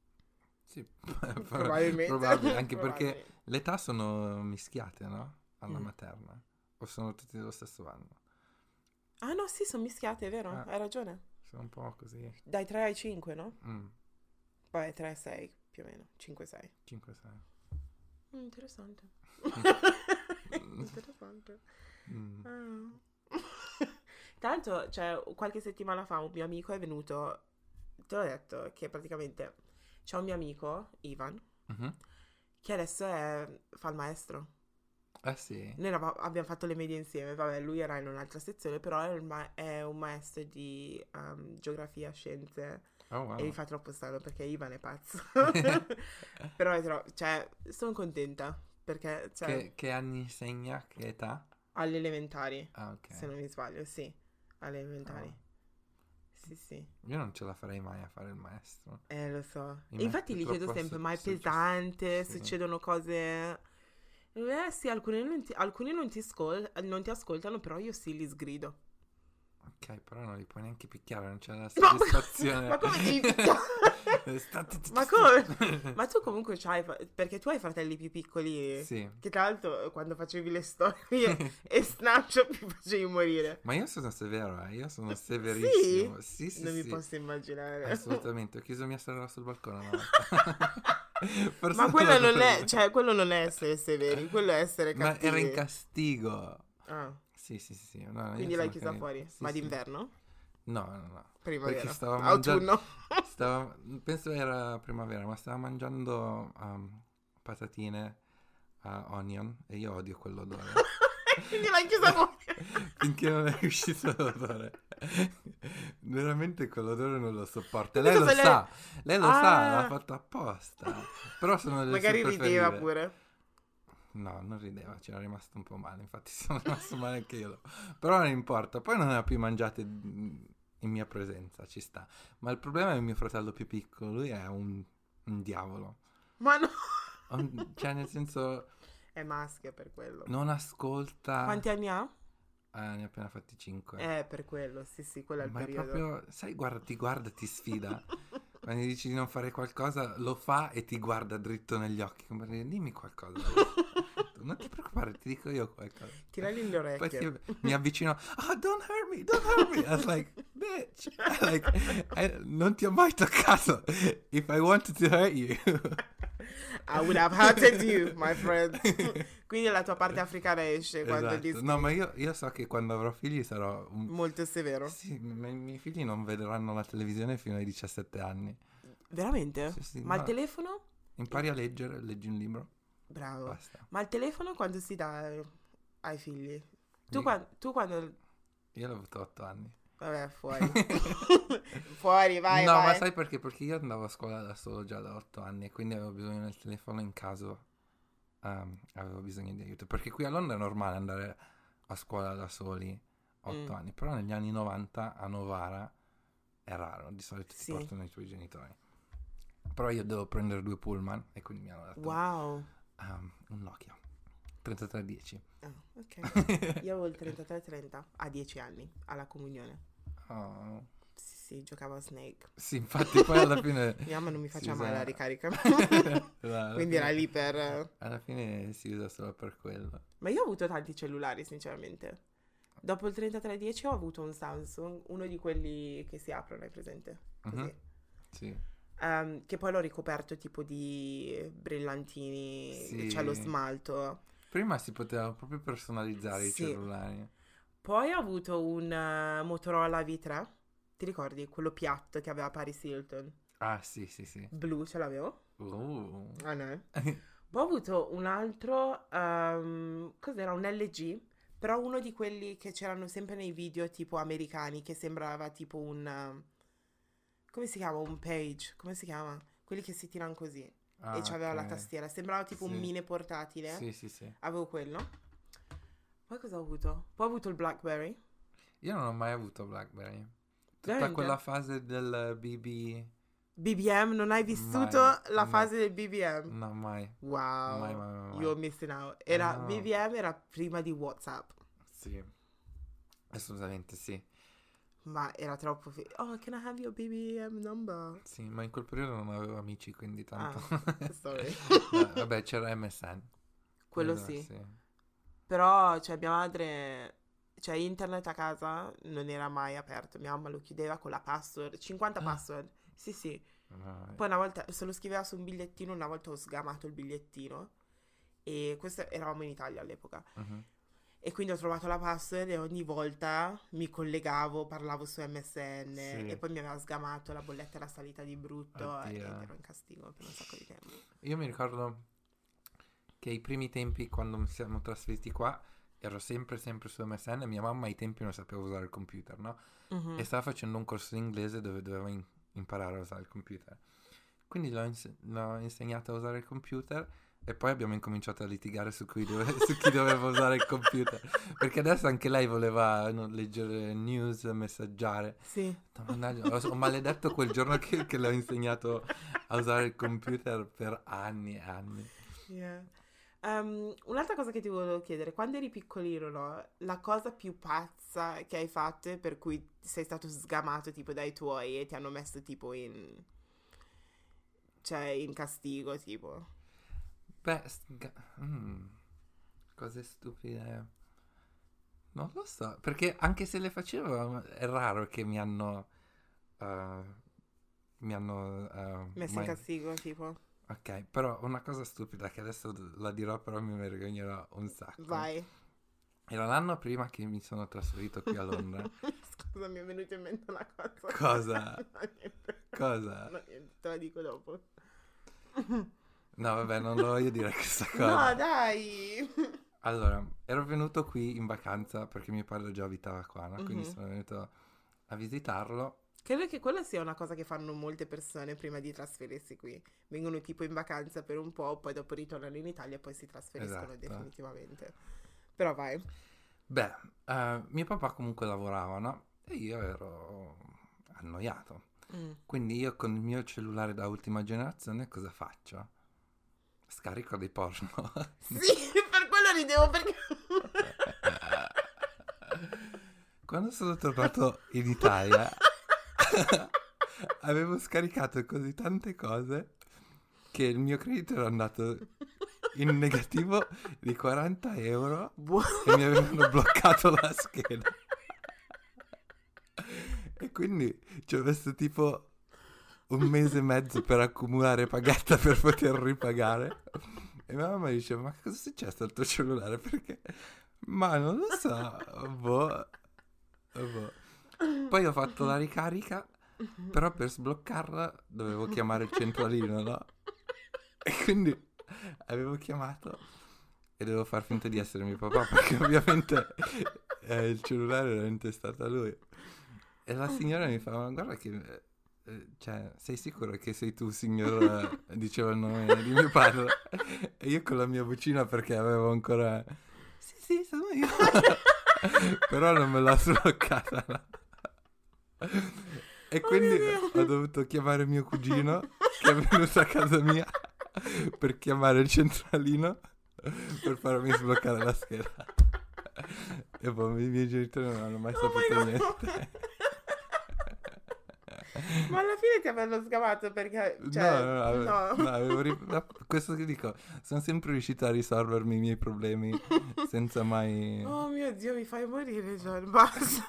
[SPEAKER 1] Sì, prob-
[SPEAKER 2] Probabilmente.
[SPEAKER 1] probabile, anche perché
[SPEAKER 2] Probabilmente.
[SPEAKER 1] le età sono mischiate, no? Alla
[SPEAKER 2] Mm.
[SPEAKER 1] materna. O sono tutti dello stesso anno.
[SPEAKER 2] Ah no, sì, sono mischiate, è vero?
[SPEAKER 1] Ah.
[SPEAKER 2] Hai ragione.
[SPEAKER 1] Sono un po' così.
[SPEAKER 2] Dai 3 ai 5, no?
[SPEAKER 1] Mm,
[SPEAKER 2] Vabbè, 3 ai 6, più o meno. 5 ai 6.
[SPEAKER 1] 5-6.
[SPEAKER 2] Mm, interessante. interessante.
[SPEAKER 1] Mm.
[SPEAKER 2] Ah. Tanto, cioè, qualche settimana fa un mio amico è venuto, te l'ho detto, che praticamente c'è un mio amico, Ivan,
[SPEAKER 1] Mhm.
[SPEAKER 2] che adesso è, fa il maestro.
[SPEAKER 1] Eh sì.
[SPEAKER 2] Noi eravamo- abbiamo fatto le medie insieme, vabbè, lui era in un'altra sezione, però è un, ma- è un maestro di ehm, geografia, scienze,
[SPEAKER 1] Oh wow.
[SPEAKER 2] e mi fa troppo strano perché Ivan è pazzo. però, è tro- cioè, sono contenta, perché, cioè,
[SPEAKER 1] Che, che anni insegna? Che età?
[SPEAKER 2] alle elementari,
[SPEAKER 1] Ah, ok. Ah. Oh.
[SPEAKER 2] se non mi sbaglio, sì, alle elementari. Sì, sì.
[SPEAKER 1] Io non ce la farei mai a fare il maestro.
[SPEAKER 2] Eh, lo so.
[SPEAKER 1] Mi
[SPEAKER 2] Infatti
[SPEAKER 1] mette
[SPEAKER 2] gli chiedo
[SPEAKER 1] troppo
[SPEAKER 2] sempre,
[SPEAKER 1] su-
[SPEAKER 2] ma è
[SPEAKER 1] suggest-
[SPEAKER 2] pesante?
[SPEAKER 1] sì.
[SPEAKER 2] Succedono cose... Eh sì, alcuni non ti, alcuni non ti scol- non ti ascoltano, però io sì, li sgrido.
[SPEAKER 1] Ok, però non li puoi neanche picchiare, non c'è
[SPEAKER 2] Ma-
[SPEAKER 1] la soddisfazione.
[SPEAKER 2] ma come devi picchiare?
[SPEAKER 1] State zitti,
[SPEAKER 2] Ma
[SPEAKER 1] state-
[SPEAKER 2] Ma tu comunque c'hai... fa- Perché tu hai fratelli più piccoli?
[SPEAKER 1] Eh. Sì.
[SPEAKER 2] Che tra l'altro eh, quando facevi le storie e Snapchat mi facevi morire.
[SPEAKER 1] Ma io sono severo, eh, io sono severissimo. Sì, sì,
[SPEAKER 2] non mi
[SPEAKER 1] sì.
[SPEAKER 2] posso immaginare.
[SPEAKER 1] Assolutamente, ho chiuso mia sorella sul balcone una volta. Forse
[SPEAKER 2] Ma quello
[SPEAKER 1] lo
[SPEAKER 2] non è...
[SPEAKER 1] dovevo-
[SPEAKER 2] Cioè, quello non è essere severi, quello è essere
[SPEAKER 1] Ma
[SPEAKER 2] cattivi.
[SPEAKER 1] era in castigo.
[SPEAKER 2] Ah,
[SPEAKER 1] Sì, sì, sì. sì. No, no, io
[SPEAKER 2] quindi
[SPEAKER 1] sono
[SPEAKER 2] l'hai chiusa
[SPEAKER 1] carino.
[SPEAKER 2] fuori?
[SPEAKER 1] Sì,
[SPEAKER 2] Ma
[SPEAKER 1] sì.
[SPEAKER 2] d'inverno?
[SPEAKER 1] No, no, no.
[SPEAKER 2] Primavera.
[SPEAKER 1] Perché stavo mangiando-
[SPEAKER 2] Autunno.
[SPEAKER 1] Stava, penso era primavera, ma stava mangiando um, patatine a onion e io odio quell'odore.
[SPEAKER 2] Quindi l'hai chiusa fuori.
[SPEAKER 1] Finché non è uscito l'odore. Veramente quell'odore non lo sopporta.
[SPEAKER 2] Quindi
[SPEAKER 1] Lei lo
[SPEAKER 2] cosa lei-
[SPEAKER 1] sa, lei lo sa,
[SPEAKER 2] Ah.
[SPEAKER 1] l'ha fatto apposta. Però sono le
[SPEAKER 2] Magari
[SPEAKER 1] sue
[SPEAKER 2] rideva
[SPEAKER 1] preferite.
[SPEAKER 2] pure.
[SPEAKER 1] No, non rideva, c'era rimasto un po' male, infatti sono rimasto male anche io. Però non importa, poi non ne ha più mangiate mm, in mia presenza, ci sta. Ma il problema è mio fratello più piccolo, lui è un, un diavolo.
[SPEAKER 2] Ma no.
[SPEAKER 1] Un- cioè, nel senso,
[SPEAKER 2] È maschio per quello.
[SPEAKER 1] non ascolta...
[SPEAKER 2] Quanti anni ha?
[SPEAKER 1] Ah, ne ha appena fatti 5.
[SPEAKER 2] Eh, per quello. Sì, sì, quello è il
[SPEAKER 1] Ma è
[SPEAKER 2] periodo.
[SPEAKER 1] proprio... Sai, guarda, ti guarda, ti sfida. Quando gli dici di non fare qualcosa, lo fa e ti guarda dritto negli occhi. Come per dire, dimmi qualcosa. non ti preoccupare, ti dico io qualcosa.
[SPEAKER 2] Tirali le
[SPEAKER 1] Poi
[SPEAKER 2] orecchie.
[SPEAKER 1] si- mi avvicino, oh, don't hurt me, don't hurt me. I was like, bitch, I like, I- non ti ho mai toccato. If I wanted to hurt you.
[SPEAKER 2] I would have hated you, my friend. Quindi la tua parte africana esce quando
[SPEAKER 1] Esatto.
[SPEAKER 2] gli
[SPEAKER 1] No, ma io, io so che quando avrò figli sarò un...
[SPEAKER 2] Molto severo.
[SPEAKER 1] Sì, ma i miei figli non vedranno la televisione fino ai 17 anni.
[SPEAKER 2] Veramente?
[SPEAKER 1] Sì, sì,
[SPEAKER 2] Ma il
[SPEAKER 1] no.
[SPEAKER 2] telefono?
[SPEAKER 1] Impari a leggere, leggi un libro,
[SPEAKER 2] Bravo.
[SPEAKER 1] basta.
[SPEAKER 2] Ma il telefono quando si dà eh, ai figli? Tu,
[SPEAKER 1] Io-
[SPEAKER 2] quan- tu quando...
[SPEAKER 1] Io l'ho avuto 8 anni.
[SPEAKER 2] Vabbè, fuori. fuori, vai,
[SPEAKER 1] no,
[SPEAKER 2] vai.
[SPEAKER 1] ma sai perché? Perché io andavo a scuola da solo già da 8 anni e quindi avevo bisogno del telefono in caso ehm, avevo bisogno di aiuto. Perché qui a Londra è normale andare a scuola da soli 8
[SPEAKER 2] Mm.
[SPEAKER 1] anni, però negli anni 90 a Novara è raro, di solito ti
[SPEAKER 2] Sì.
[SPEAKER 1] portano i tuoi genitori. Però io devo prendere due pullman e quindi mi hanno dato
[SPEAKER 2] Wow.
[SPEAKER 1] ehm, un Nokia 3310.
[SPEAKER 2] Ah, ok. Io avevo il 33-30 a 10 anni, alla comunione.
[SPEAKER 1] Oh.
[SPEAKER 2] Sì, sì, giocavo a Snake.
[SPEAKER 1] Sì, infatti poi alla fine...
[SPEAKER 2] Mia mamma non mi faceva
[SPEAKER 1] si
[SPEAKER 2] mai
[SPEAKER 1] usa-
[SPEAKER 2] la ricarica.
[SPEAKER 1] esatto. Alla
[SPEAKER 2] Quindi era
[SPEAKER 1] fine-
[SPEAKER 2] lì per... eh.
[SPEAKER 1] Alla fine si usa solo per quello.
[SPEAKER 2] Ma io ho avuto tanti cellulari, sinceramente. Dopo il 3310 ho avuto un Samsung, uno di quelli che si aprono, hai presente? Così.
[SPEAKER 1] Mhm. Sì.
[SPEAKER 2] Ehm, che poi l'ho ricoperto tipo di brillantini,
[SPEAKER 1] Sì.
[SPEAKER 2] c'è lo smalto.
[SPEAKER 1] Prima si potevano proprio personalizzare
[SPEAKER 2] Sì.
[SPEAKER 1] i cellulari.
[SPEAKER 2] Poi ho avuto un eh, Motorola V3, ti ricordi? Quello piatto che aveva Paris Hilton.
[SPEAKER 1] Ah, sì, sì, sì.
[SPEAKER 2] Blu ce l'avevo.
[SPEAKER 1] Uh.
[SPEAKER 2] Ah no. Poi ho avuto un altro, ehm, cos'era? Un LG, però uno di quelli che c'erano sempre nei video tipo americani, che sembrava tipo un... ehm, come si chiama? Un page, come si chiama? Quelli che si tirano così
[SPEAKER 1] Ah,
[SPEAKER 2] e c'aveva la
[SPEAKER 1] ok.
[SPEAKER 2] tastiera, sembrava tipo un
[SPEAKER 1] Sì.
[SPEAKER 2] mini portatile.
[SPEAKER 1] Sì, sì, sì.
[SPEAKER 2] Avevo quello. Poi cosa ho avuto? Poi ho avuto il BlackBerry.
[SPEAKER 1] Io non ho mai avuto Blackberry. Tutta
[SPEAKER 2] Veramente?
[SPEAKER 1] quella fase del BB...
[SPEAKER 2] BBM, non hai vissuto
[SPEAKER 1] Mai,
[SPEAKER 2] la
[SPEAKER 1] no.
[SPEAKER 2] fase del BBM.
[SPEAKER 1] No, mai.
[SPEAKER 2] Wow,
[SPEAKER 1] Mai, mai, mai, Ah. mai.
[SPEAKER 2] you're missing out. Era,
[SPEAKER 1] No.
[SPEAKER 2] BBM era prima di WhatsApp.
[SPEAKER 1] Sì. Assolutamente sì.
[SPEAKER 2] Ma era troppo... fi- oh, can I have your BBM number? Ah,
[SPEAKER 1] Sì, ma in quel periodo non avevo amici, quindi tanto...
[SPEAKER 2] Sorry.
[SPEAKER 1] Eh, vabbè, c'era MSN.
[SPEAKER 2] Quello
[SPEAKER 1] Allora,
[SPEAKER 2] sì. Però, cioè, mia madre... Cioè, internet a casa non era mai aperto. Mia mamma lo chiudeva con la password. 50
[SPEAKER 1] Ah.
[SPEAKER 2] password. Sì, sì.
[SPEAKER 1] No,
[SPEAKER 2] Poi una volta se lo scriveva su un bigliettino, una volta ho sgamato il bigliettino e questo eravamo in Italia all'epoca
[SPEAKER 1] mhm.
[SPEAKER 2] e quindi ho trovato la password e ogni volta mi collegavo, parlavo su MSN
[SPEAKER 1] Sì.
[SPEAKER 2] e poi mi aveva sgamato, la bolletta era salita di brutto e-
[SPEAKER 1] Oddio.
[SPEAKER 2] ed ero in castigo per un sacco di tempo.
[SPEAKER 1] Io mi ricordo che ai primi tempi, quando mi siamo trasferiti qua, ero sempre, sempre su MSN. Mia mamma ai tempi non sapeva usare il computer, no?
[SPEAKER 2] Mhm.
[SPEAKER 1] E stava facendo un corso di inglese dove dovevo in- imparare a usare il computer. Quindi l'ho, inse- l'ho insegnata a usare il computer e poi abbiamo incominciato a litigare su, cui dove- su chi doveva usare il computer. Perché adesso anche lei voleva no, leggere news, messaggiare.
[SPEAKER 2] Sì,
[SPEAKER 1] No, mannaggia, ho, ho maledetto quel giorno che, che l'ho insegnato a usare il computer per anni e anni.
[SPEAKER 2] yeah. Ehm, un'altra cosa che ti volevo chiedere, quando eri piccolino, no? La cosa più pazza che hai fatto e per cui sei stato sgamato tipo dai tuoi e ti hanno messo tipo in... cioè in castigo tipo.
[SPEAKER 1] Beh, sga- mm, cose stupide. Non lo so, perché anche se le facevo è raro che mi hanno... eh, mi hanno... eh,
[SPEAKER 2] Messo in
[SPEAKER 1] mai-
[SPEAKER 2] castigo tipo.
[SPEAKER 1] Ok, però una cosa stupida che adesso la dirò però mi vergognerò un sacco.
[SPEAKER 2] Vai.
[SPEAKER 1] Era l'anno prima che mi sono trasferito qui a Londra.
[SPEAKER 2] Scusa, mi è venuta in mente una cosa.
[SPEAKER 1] Cosa?
[SPEAKER 2] No, niente.
[SPEAKER 1] Cosa?
[SPEAKER 2] No, niente, te la dico dopo.
[SPEAKER 1] No, vabbè, non lo voglio dire questa cosa.
[SPEAKER 2] No, dai.
[SPEAKER 1] Allora, ero venuto qui in vacanza perché mio padre già abitava qua, no? Quindi
[SPEAKER 2] Mhm.
[SPEAKER 1] sono venuto a visitarlo.
[SPEAKER 2] Credo che quella sia una cosa che fanno molte persone prima di trasferirsi qui. Vengono tipo in vacanza per un po', poi dopo ritornano in Italia e poi si trasferiscono
[SPEAKER 1] Esatto.
[SPEAKER 2] definitivamente. Però vai.
[SPEAKER 1] Beh, eh, mio papà comunque lavorava, no? E io ero annoiato. Quindi io con il mio cellulare da ultima generazione cosa faccio? Scarico dei porno.
[SPEAKER 2] Sì, per quello ridevo perché...
[SPEAKER 1] Quando sono tornato in Italia avevo scaricato così tante cose che il mio credito era andato in negativo di 40 euro
[SPEAKER 2] Buono.
[SPEAKER 1] e mi avevano bloccato la scheda. E quindi ci ho messo tipo un mese e mezzo per accumulare pagata per poter ripagare. E mia mamma dice, ma cosa è successo al tuo cellulare? Perché? Ma non lo so, boh. boh." Poi ho fatto la ricarica, però per sbloccarla dovevo chiamare il centralino, no? E quindi avevo chiamato e devo far finta di essere mio papà perché ovviamente eh, il cellulare era intestato a lui. E
[SPEAKER 2] Oh.
[SPEAKER 1] la signora mi fa, ma guarda che... eh, eh, Cioè, sei sicuro che sei tu, signor? eh?" Diceva il nome di mio padre. E io con la mia vocina perché avevo ancora... Sì, sì, sono io. Però non me l'ha sbloccata. no. E
[SPEAKER 2] Oh
[SPEAKER 1] quindi
[SPEAKER 2] mio Dio.
[SPEAKER 1] ho dovuto chiamare mio cugino che è venuto a casa mia per chiamare il centralino per farmi sbloccare la scheda. E poi i miei genitori non hanno mai
[SPEAKER 2] Oh my
[SPEAKER 1] saputo
[SPEAKER 2] God.
[SPEAKER 1] niente.
[SPEAKER 2] Ma alla fine ti avranno sgamato perché... Cioè,
[SPEAKER 1] no, no, ave-
[SPEAKER 2] no.
[SPEAKER 1] no, avevo ri- no, questo che dico, sono sempre riuscito a risolvermi i miei problemi senza mai...
[SPEAKER 2] Oh mio Dio, mi fai morire, John. Basta.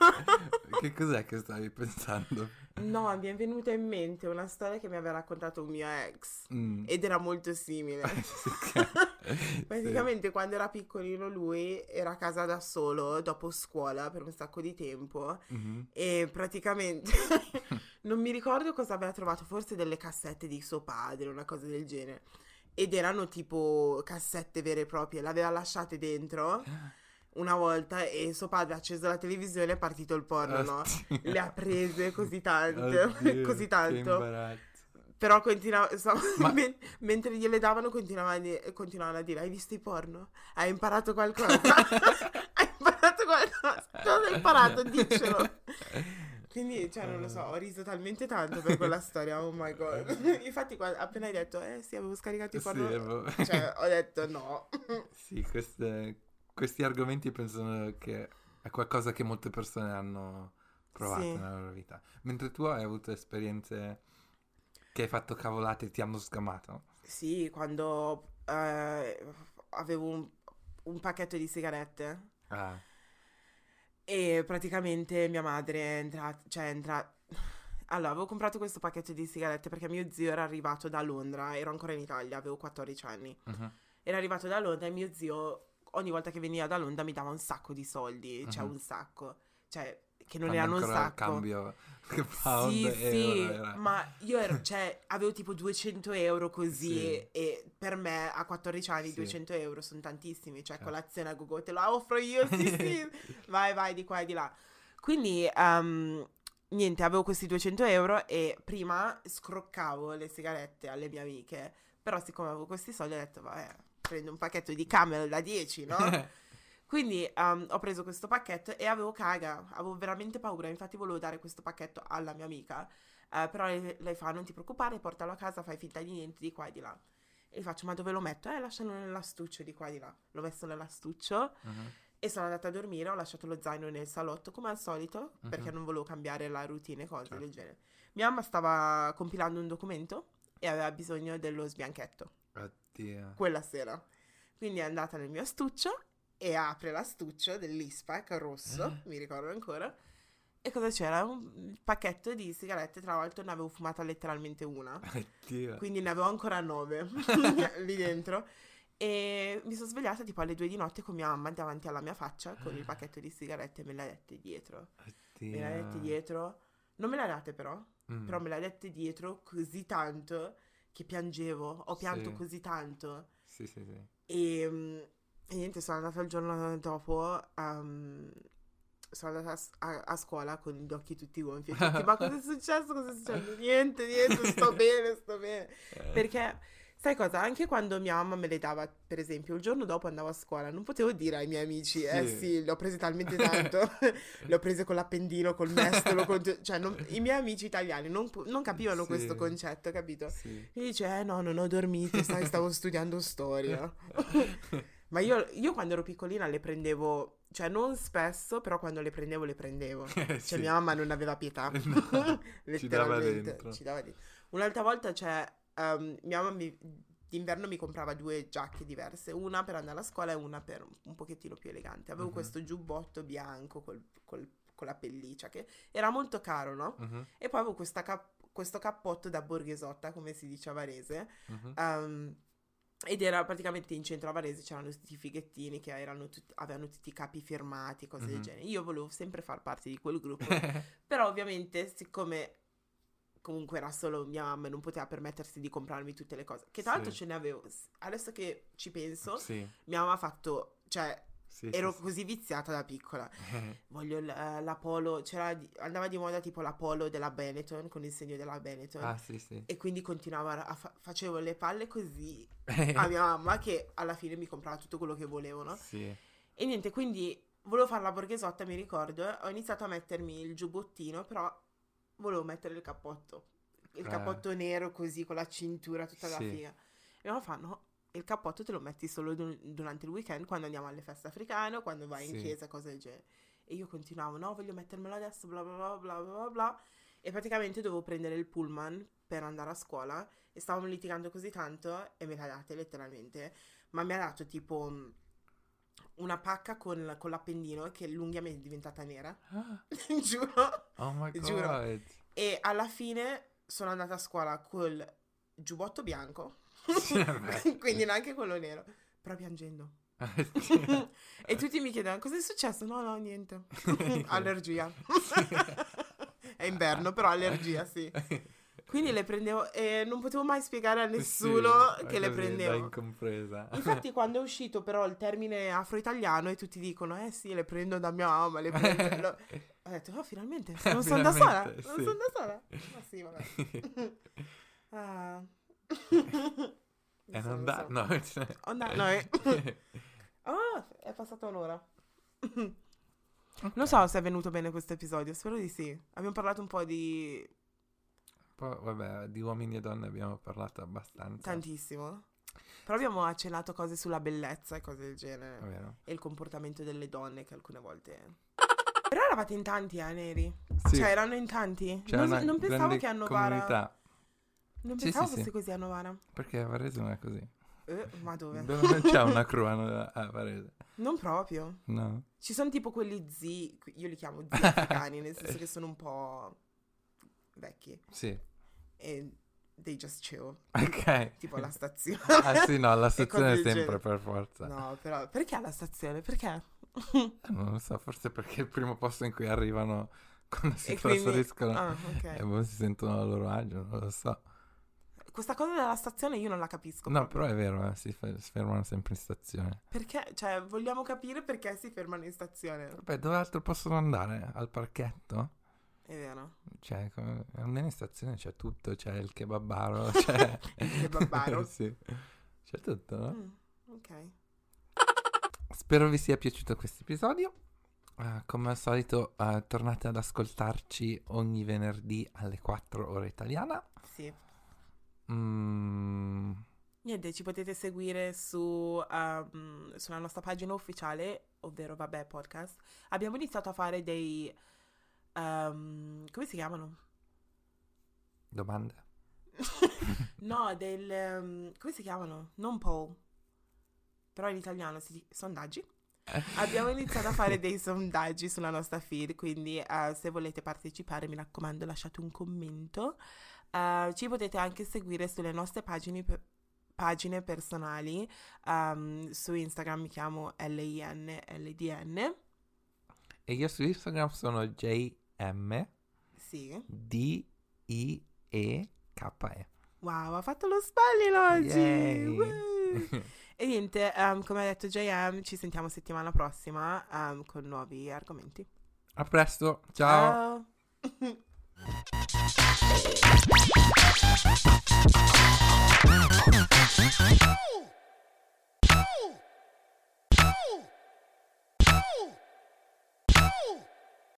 [SPEAKER 1] Che cos'è che stavi pensando?
[SPEAKER 2] No, mi è venuta in mente una storia che mi aveva raccontato un mio ex
[SPEAKER 1] Mm.
[SPEAKER 2] ed era molto simile.
[SPEAKER 1] Sì, ok.
[SPEAKER 2] Praticamente quando era piccolino lui era a casa da solo dopo scuola per un sacco di tempo
[SPEAKER 1] Sì. Mhm.
[SPEAKER 2] e praticamente non mi ricordo cosa aveva trovato, forse delle cassette di suo padre, una cosa del genere. Ed erano tipo cassette vere e proprie, le aveva lasciate dentro una volta e suo padre ha acceso la televisione e è partito il porno, no?
[SPEAKER 1] Oddio.
[SPEAKER 2] Le ha prese così tante,
[SPEAKER 1] Oddio,
[SPEAKER 2] così
[SPEAKER 1] Che
[SPEAKER 2] tanto.
[SPEAKER 1] imbarazzo.
[SPEAKER 2] Però continuava, insomma,
[SPEAKER 1] Ma-
[SPEAKER 2] men- mentre gliele davano continuava a di- continuavano a dire, hai visto i porno? Hai imparato qualcosa? hai imparato qualcosa? Cosa hai imparato? Diccelo. Quindi, cioè, non lo so, ho riso talmente tanto per quella storia, oh my god. Infatti, qua- appena hai detto, eh sì, avevo scaricato i
[SPEAKER 1] Eh, Sì,
[SPEAKER 2] porno,
[SPEAKER 1] avevo-
[SPEAKER 2] cioè, ho detto no.
[SPEAKER 1] Sì, queste- questi argomenti penso che è qualcosa che molte persone hanno provate
[SPEAKER 2] Sì.
[SPEAKER 1] nella loro vita. Mentre tu hai avuto esperienze che hai fatto cavolate e ti hanno sgamato.
[SPEAKER 2] Sì, quando eh, avevo un, un pacchetto di sigarette
[SPEAKER 1] Ah,
[SPEAKER 2] e praticamente mia madre è entrata, cioè è entra- Allora, avevo comprato questo pacchetto di sigarette perché mio zio era arrivato da Londra, ero ancora in Italia, avevo 14 anni.
[SPEAKER 1] mhm.
[SPEAKER 2] Era arrivato da Londra e mio zio ogni volta che veniva da Londra mi dava un sacco di soldi, cioè
[SPEAKER 1] Mhm.
[SPEAKER 2] un sacco, cioè che non
[SPEAKER 1] Quando
[SPEAKER 2] erano un
[SPEAKER 1] ancora il
[SPEAKER 2] sacco.
[SPEAKER 1] cambio che pound
[SPEAKER 2] sì,
[SPEAKER 1] e
[SPEAKER 2] sì,
[SPEAKER 1] euro era.
[SPEAKER 2] ma io ero, cioè, avevo tipo 200 euro così
[SPEAKER 1] Sì.
[SPEAKER 2] e per me a 14 anni
[SPEAKER 1] Sì.
[SPEAKER 2] 200 euro sono tantissimi, cioè
[SPEAKER 1] Certo.
[SPEAKER 2] colazione a gogo te la offro io, sì sì, vai vai di qua e di là. Quindi ehm, niente, avevo questi 200 euro e prima scroccavo le sigarette alle mie amiche, però siccome avevo questi soldi ho detto vabbè prendo un pacchetto di Camel da 10, no? Quindi um, ho preso questo pacchetto e avevo caga, avevo veramente paura, infatti volevo dare questo pacchetto alla mia amica, eh, però lei, lei fa non ti preoccupare, portalo a casa, fai finta di niente di qua e di là. E gli faccio ma dove lo metto? Eh lascialo nell'astuccio di qua e di là. L'ho messo nell'astuccio
[SPEAKER 1] Mhm.
[SPEAKER 2] e sono andata a dormire, ho lasciato lo zaino nel salotto come al solito perché
[SPEAKER 1] Mhm.
[SPEAKER 2] non volevo cambiare la routine e cose
[SPEAKER 1] Certo.
[SPEAKER 2] del genere. Mia mamma stava compilando un documento e aveva bisogno dello sbianchetto
[SPEAKER 1] Oddio.
[SPEAKER 2] quella sera. Quindi è andata nel mio astuccio e apre l'astuccio dell'Ispac rosso,
[SPEAKER 1] Eh.
[SPEAKER 2] mi ricordo ancora. E cosa c'era? Un pacchetto di sigarette, tra l'altro ne avevo fumata letteralmente una,
[SPEAKER 1] Oddio.
[SPEAKER 2] quindi ne avevo ancora nove lì dentro. E mi sono svegliata tipo alle due di notte con mia mamma davanti alla mia faccia con il pacchetto di sigarette e me le ha dette dietro. Me le ha dette
[SPEAKER 1] Oddio.
[SPEAKER 2] dietro. Non me le ha date però,
[SPEAKER 1] Mm.
[SPEAKER 2] però me le ha dette dietro così tanto che piangevo. Ho pianto
[SPEAKER 1] Sì.
[SPEAKER 2] così tanto.
[SPEAKER 1] Sì, sì, sì.
[SPEAKER 2] E, mm, e niente, sono andata il giorno dopo, ehm, sono andata a, s- a- a scuola con gli occhi tutti gonfi e tutti, ma cosa è successo? Cosa è successo? Niente, niente, sto bene, sto bene.
[SPEAKER 1] Eh,
[SPEAKER 2] Perché, sai cosa? Anche quando mia mamma me le dava, per esempio, il giorno dopo andavo a scuola, non potevo dire ai miei amici, eh
[SPEAKER 1] Sì.
[SPEAKER 2] sì, le ho prese talmente tanto, le ho prese con l'appendino, col mestolo, con... tu-" cioè non- i miei amici italiani non, pu- non capivano
[SPEAKER 1] Sì.
[SPEAKER 2] questo concetto, capito?
[SPEAKER 1] sì.
[SPEAKER 2] E dice, eh no, non ho dormito, sai, stavo studiando storia.
[SPEAKER 1] Eh,
[SPEAKER 2] Ma io, io quando ero piccolina le prendevo, cioè non spesso, però quando le prendevo le prendevo. Cioè
[SPEAKER 1] Eh, sì.
[SPEAKER 2] mia mamma non aveva pietà,
[SPEAKER 1] No, ci dava
[SPEAKER 2] letteralmente.
[SPEAKER 1] dentro.
[SPEAKER 2] Ci dava dentro. Un'altra volta, cioè, ehm, mia mamma mi- d'inverno mi comprava due giacche diverse, una per andare a scuola e una per un- un pochettino più elegante. Avevo
[SPEAKER 1] Mhm.
[SPEAKER 2] questo giubbotto bianco col- col- con la pelliccia, che era molto caro, no?
[SPEAKER 1] Mhm,
[SPEAKER 2] E poi avevo questa cap- questo cappotto da borghesotta, come si dice a Varese,
[SPEAKER 1] mhm.
[SPEAKER 2] Ehm, ed era praticamente in centro a Varese c'erano tutti i fighettini che erano tut- avevano tutti i capi firmati, cose del
[SPEAKER 1] Mhm.
[SPEAKER 2] genere. Io volevo sempre far parte di quel gruppo, però ovviamente siccome comunque era solo mia mamma e non poteva permettersi di comprarmi tutte le cose, che tra
[SPEAKER 1] Sì.
[SPEAKER 2] l'altro ce ne avevo, S- adesso che ci penso,
[SPEAKER 1] Sì,
[SPEAKER 2] mia mamma ha fatto, cioè
[SPEAKER 1] sì,
[SPEAKER 2] ero
[SPEAKER 1] sì,
[SPEAKER 2] così viziata da piccola,
[SPEAKER 1] sì.
[SPEAKER 2] voglio l- eh, la polo, c'era, di- andava di moda tipo la polo della Benetton con il segno della Benetton.
[SPEAKER 1] Ah, sì, sì.
[SPEAKER 2] E quindi continuavo a, a fa- facevo le palle così a mia mamma che alla fine mi comprava tutto quello che volevo, Ah, no?
[SPEAKER 1] Sì.
[SPEAKER 2] E niente, quindi volevo fare la borghesotta, mi ricordo, ho iniziato a mettermi il giubbottino, però volevo mettere il cappotto. Il
[SPEAKER 1] Eh.
[SPEAKER 2] cappotto nero così con la cintura tutta la
[SPEAKER 1] Sì.
[SPEAKER 2] figa. E mamma fa, no, il cappotto te lo metti solo du- durante il weekend, quando andiamo alle feste africane, o quando vai in
[SPEAKER 1] Sì.
[SPEAKER 2] chiesa, cose del genere. E io continuavo, no, voglio mettermelo adesso, bla bla bla bla bla bla bla. E praticamente dovevo prendere il pullman per andare a scuola e stavamo litigando così tanto e me l'ha date letteralmente, ma mi ha dato tipo mh, una pacca con, con l'appendino che l'unghia mi è diventata nera,
[SPEAKER 1] Ah,
[SPEAKER 2] giuro.
[SPEAKER 1] Oh my god.
[SPEAKER 2] Giuro. E alla fine sono andata a scuola col giubbotto bianco,
[SPEAKER 1] Sì, vabbè.
[SPEAKER 2] quindi neanche quello nero, però piangendo.
[SPEAKER 1] Sì.
[SPEAKER 2] E tutti mi chiedevano cosa è successo? No, no, niente. allergia. È inverno, però allergia, sì. Quindi le prendevo e non potevo mai spiegare a nessuno
[SPEAKER 1] Sì,
[SPEAKER 2] che le
[SPEAKER 1] così, da
[SPEAKER 2] prendevo.
[SPEAKER 1] incompresa.
[SPEAKER 2] Infatti, quando è uscito però il termine afro-italiano e tutti dicono: Eh sì, le prendo da mia mamma, le prendo. Lo- Ho detto: Oh, finalmente, non sono da sola. Non
[SPEAKER 1] Finalmente, sì.
[SPEAKER 2] sono da sola. Ma sì, vabbè. Ah.
[SPEAKER 1] E
[SPEAKER 2] Adesso
[SPEAKER 1] non
[SPEAKER 2] lo
[SPEAKER 1] da...
[SPEAKER 2] so.
[SPEAKER 1] No. cioè-
[SPEAKER 2] Oh, no, no, eh. Ah, è passata un'ora. Non so se è venuto bene questo episodio, spero di sì. Abbiamo parlato un po' di
[SPEAKER 1] Poi, vabbè, di uomini e donne abbiamo parlato abbastanza.
[SPEAKER 2] tantissimo. Però abbiamo accennato cose sulla bellezza e cose del
[SPEAKER 1] è
[SPEAKER 2] genere.
[SPEAKER 1] Vero?
[SPEAKER 2] E il comportamento delle donne che alcune volte... Però eravate in tanti, eh, neri.
[SPEAKER 1] Sì,
[SPEAKER 2] Cioè, erano in tanti.
[SPEAKER 1] c'è
[SPEAKER 2] non,
[SPEAKER 1] una
[SPEAKER 2] non pensavo
[SPEAKER 1] grande
[SPEAKER 2] che a Novara.
[SPEAKER 1] comunità.
[SPEAKER 2] Non
[SPEAKER 1] Sì,
[SPEAKER 2] pensavo
[SPEAKER 1] sì, sì.
[SPEAKER 2] fosse così a Novara.
[SPEAKER 1] Perché a Varese non è così.
[SPEAKER 2] Eh, ma dove?
[SPEAKER 1] Dove non c'è una crua a Varese.
[SPEAKER 2] Non proprio.
[SPEAKER 1] No.
[SPEAKER 2] Ci sono tipo quelli zii, io li chiamo zii africani, nel senso che sono un po' vecchi.
[SPEAKER 1] Sì.
[SPEAKER 2] E they just chill,
[SPEAKER 1] Ok.
[SPEAKER 2] tipo alla stazione.
[SPEAKER 1] Ah sì, no, la stazione è
[SPEAKER 2] del
[SPEAKER 1] sempre
[SPEAKER 2] genere.
[SPEAKER 1] per forza. Eh,
[SPEAKER 2] No, però, perché alla stazione? Perché?
[SPEAKER 1] Non lo so, forse perché è il primo posto in cui arrivano quando si
[SPEAKER 2] E quindi-
[SPEAKER 1] trasferiscono Eh,
[SPEAKER 2] Ah,
[SPEAKER 1] e
[SPEAKER 2] ok.
[SPEAKER 1] poi si sentono a loro agio, non lo so.
[SPEAKER 2] Questa cosa della stazione io non la capisco.
[SPEAKER 1] No,
[SPEAKER 2] proprio.
[SPEAKER 1] però è vero, eh, si, fe- si fermano sempre in stazione.
[SPEAKER 2] Perché? Cioè, vogliamo capire perché si fermano in stazione.
[SPEAKER 1] Vabbè, dove altro possono andare? Al parchetto?
[SPEAKER 2] È vero.
[SPEAKER 1] Cioè, come- almeno in stazione c'è tutto, c'è il kebabaro, c'è...
[SPEAKER 2] Il kebabaro.
[SPEAKER 1] sì. C'è tutto, no?
[SPEAKER 2] Mm, ok.
[SPEAKER 1] Spero vi sia piaciuto questo episodio. Eh, come al solito, eh, tornate ad ascoltarci ogni venerdì alle 4 ore italiana.
[SPEAKER 2] Sì.
[SPEAKER 1] Mm,
[SPEAKER 2] Niente, ci potete seguire su, ehm, sulla nostra pagina ufficiale, ovvero Vabbè Podcast. Abbiamo iniziato a fare dei... ehm, come si chiamano?
[SPEAKER 1] domande?
[SPEAKER 2] No, del... ehm, come si chiamano? Non poll. Però in italiano si dice sondaggi.
[SPEAKER 1] Eh?
[SPEAKER 2] Abbiamo iniziato a fare dei sondaggi sulla nostra feed, quindi eh, se volete partecipare mi raccomando lasciate un commento. Eh, ci potete anche seguire sulle nostre pagine, pe- pagine personali. Ehm, su Instagram mi chiamo LINLDN.
[SPEAKER 1] E io su Instagram sono jmdiekhe.
[SPEAKER 2] Sì. Wow, ha fatto lo spelling
[SPEAKER 1] Yay.
[SPEAKER 2] oggi! Woo! E niente, ehm, come ha detto JM, ci sentiamo settimana prossima ehm, con nuovi argomenti.
[SPEAKER 1] A presto, ciao!
[SPEAKER 2] Ciao.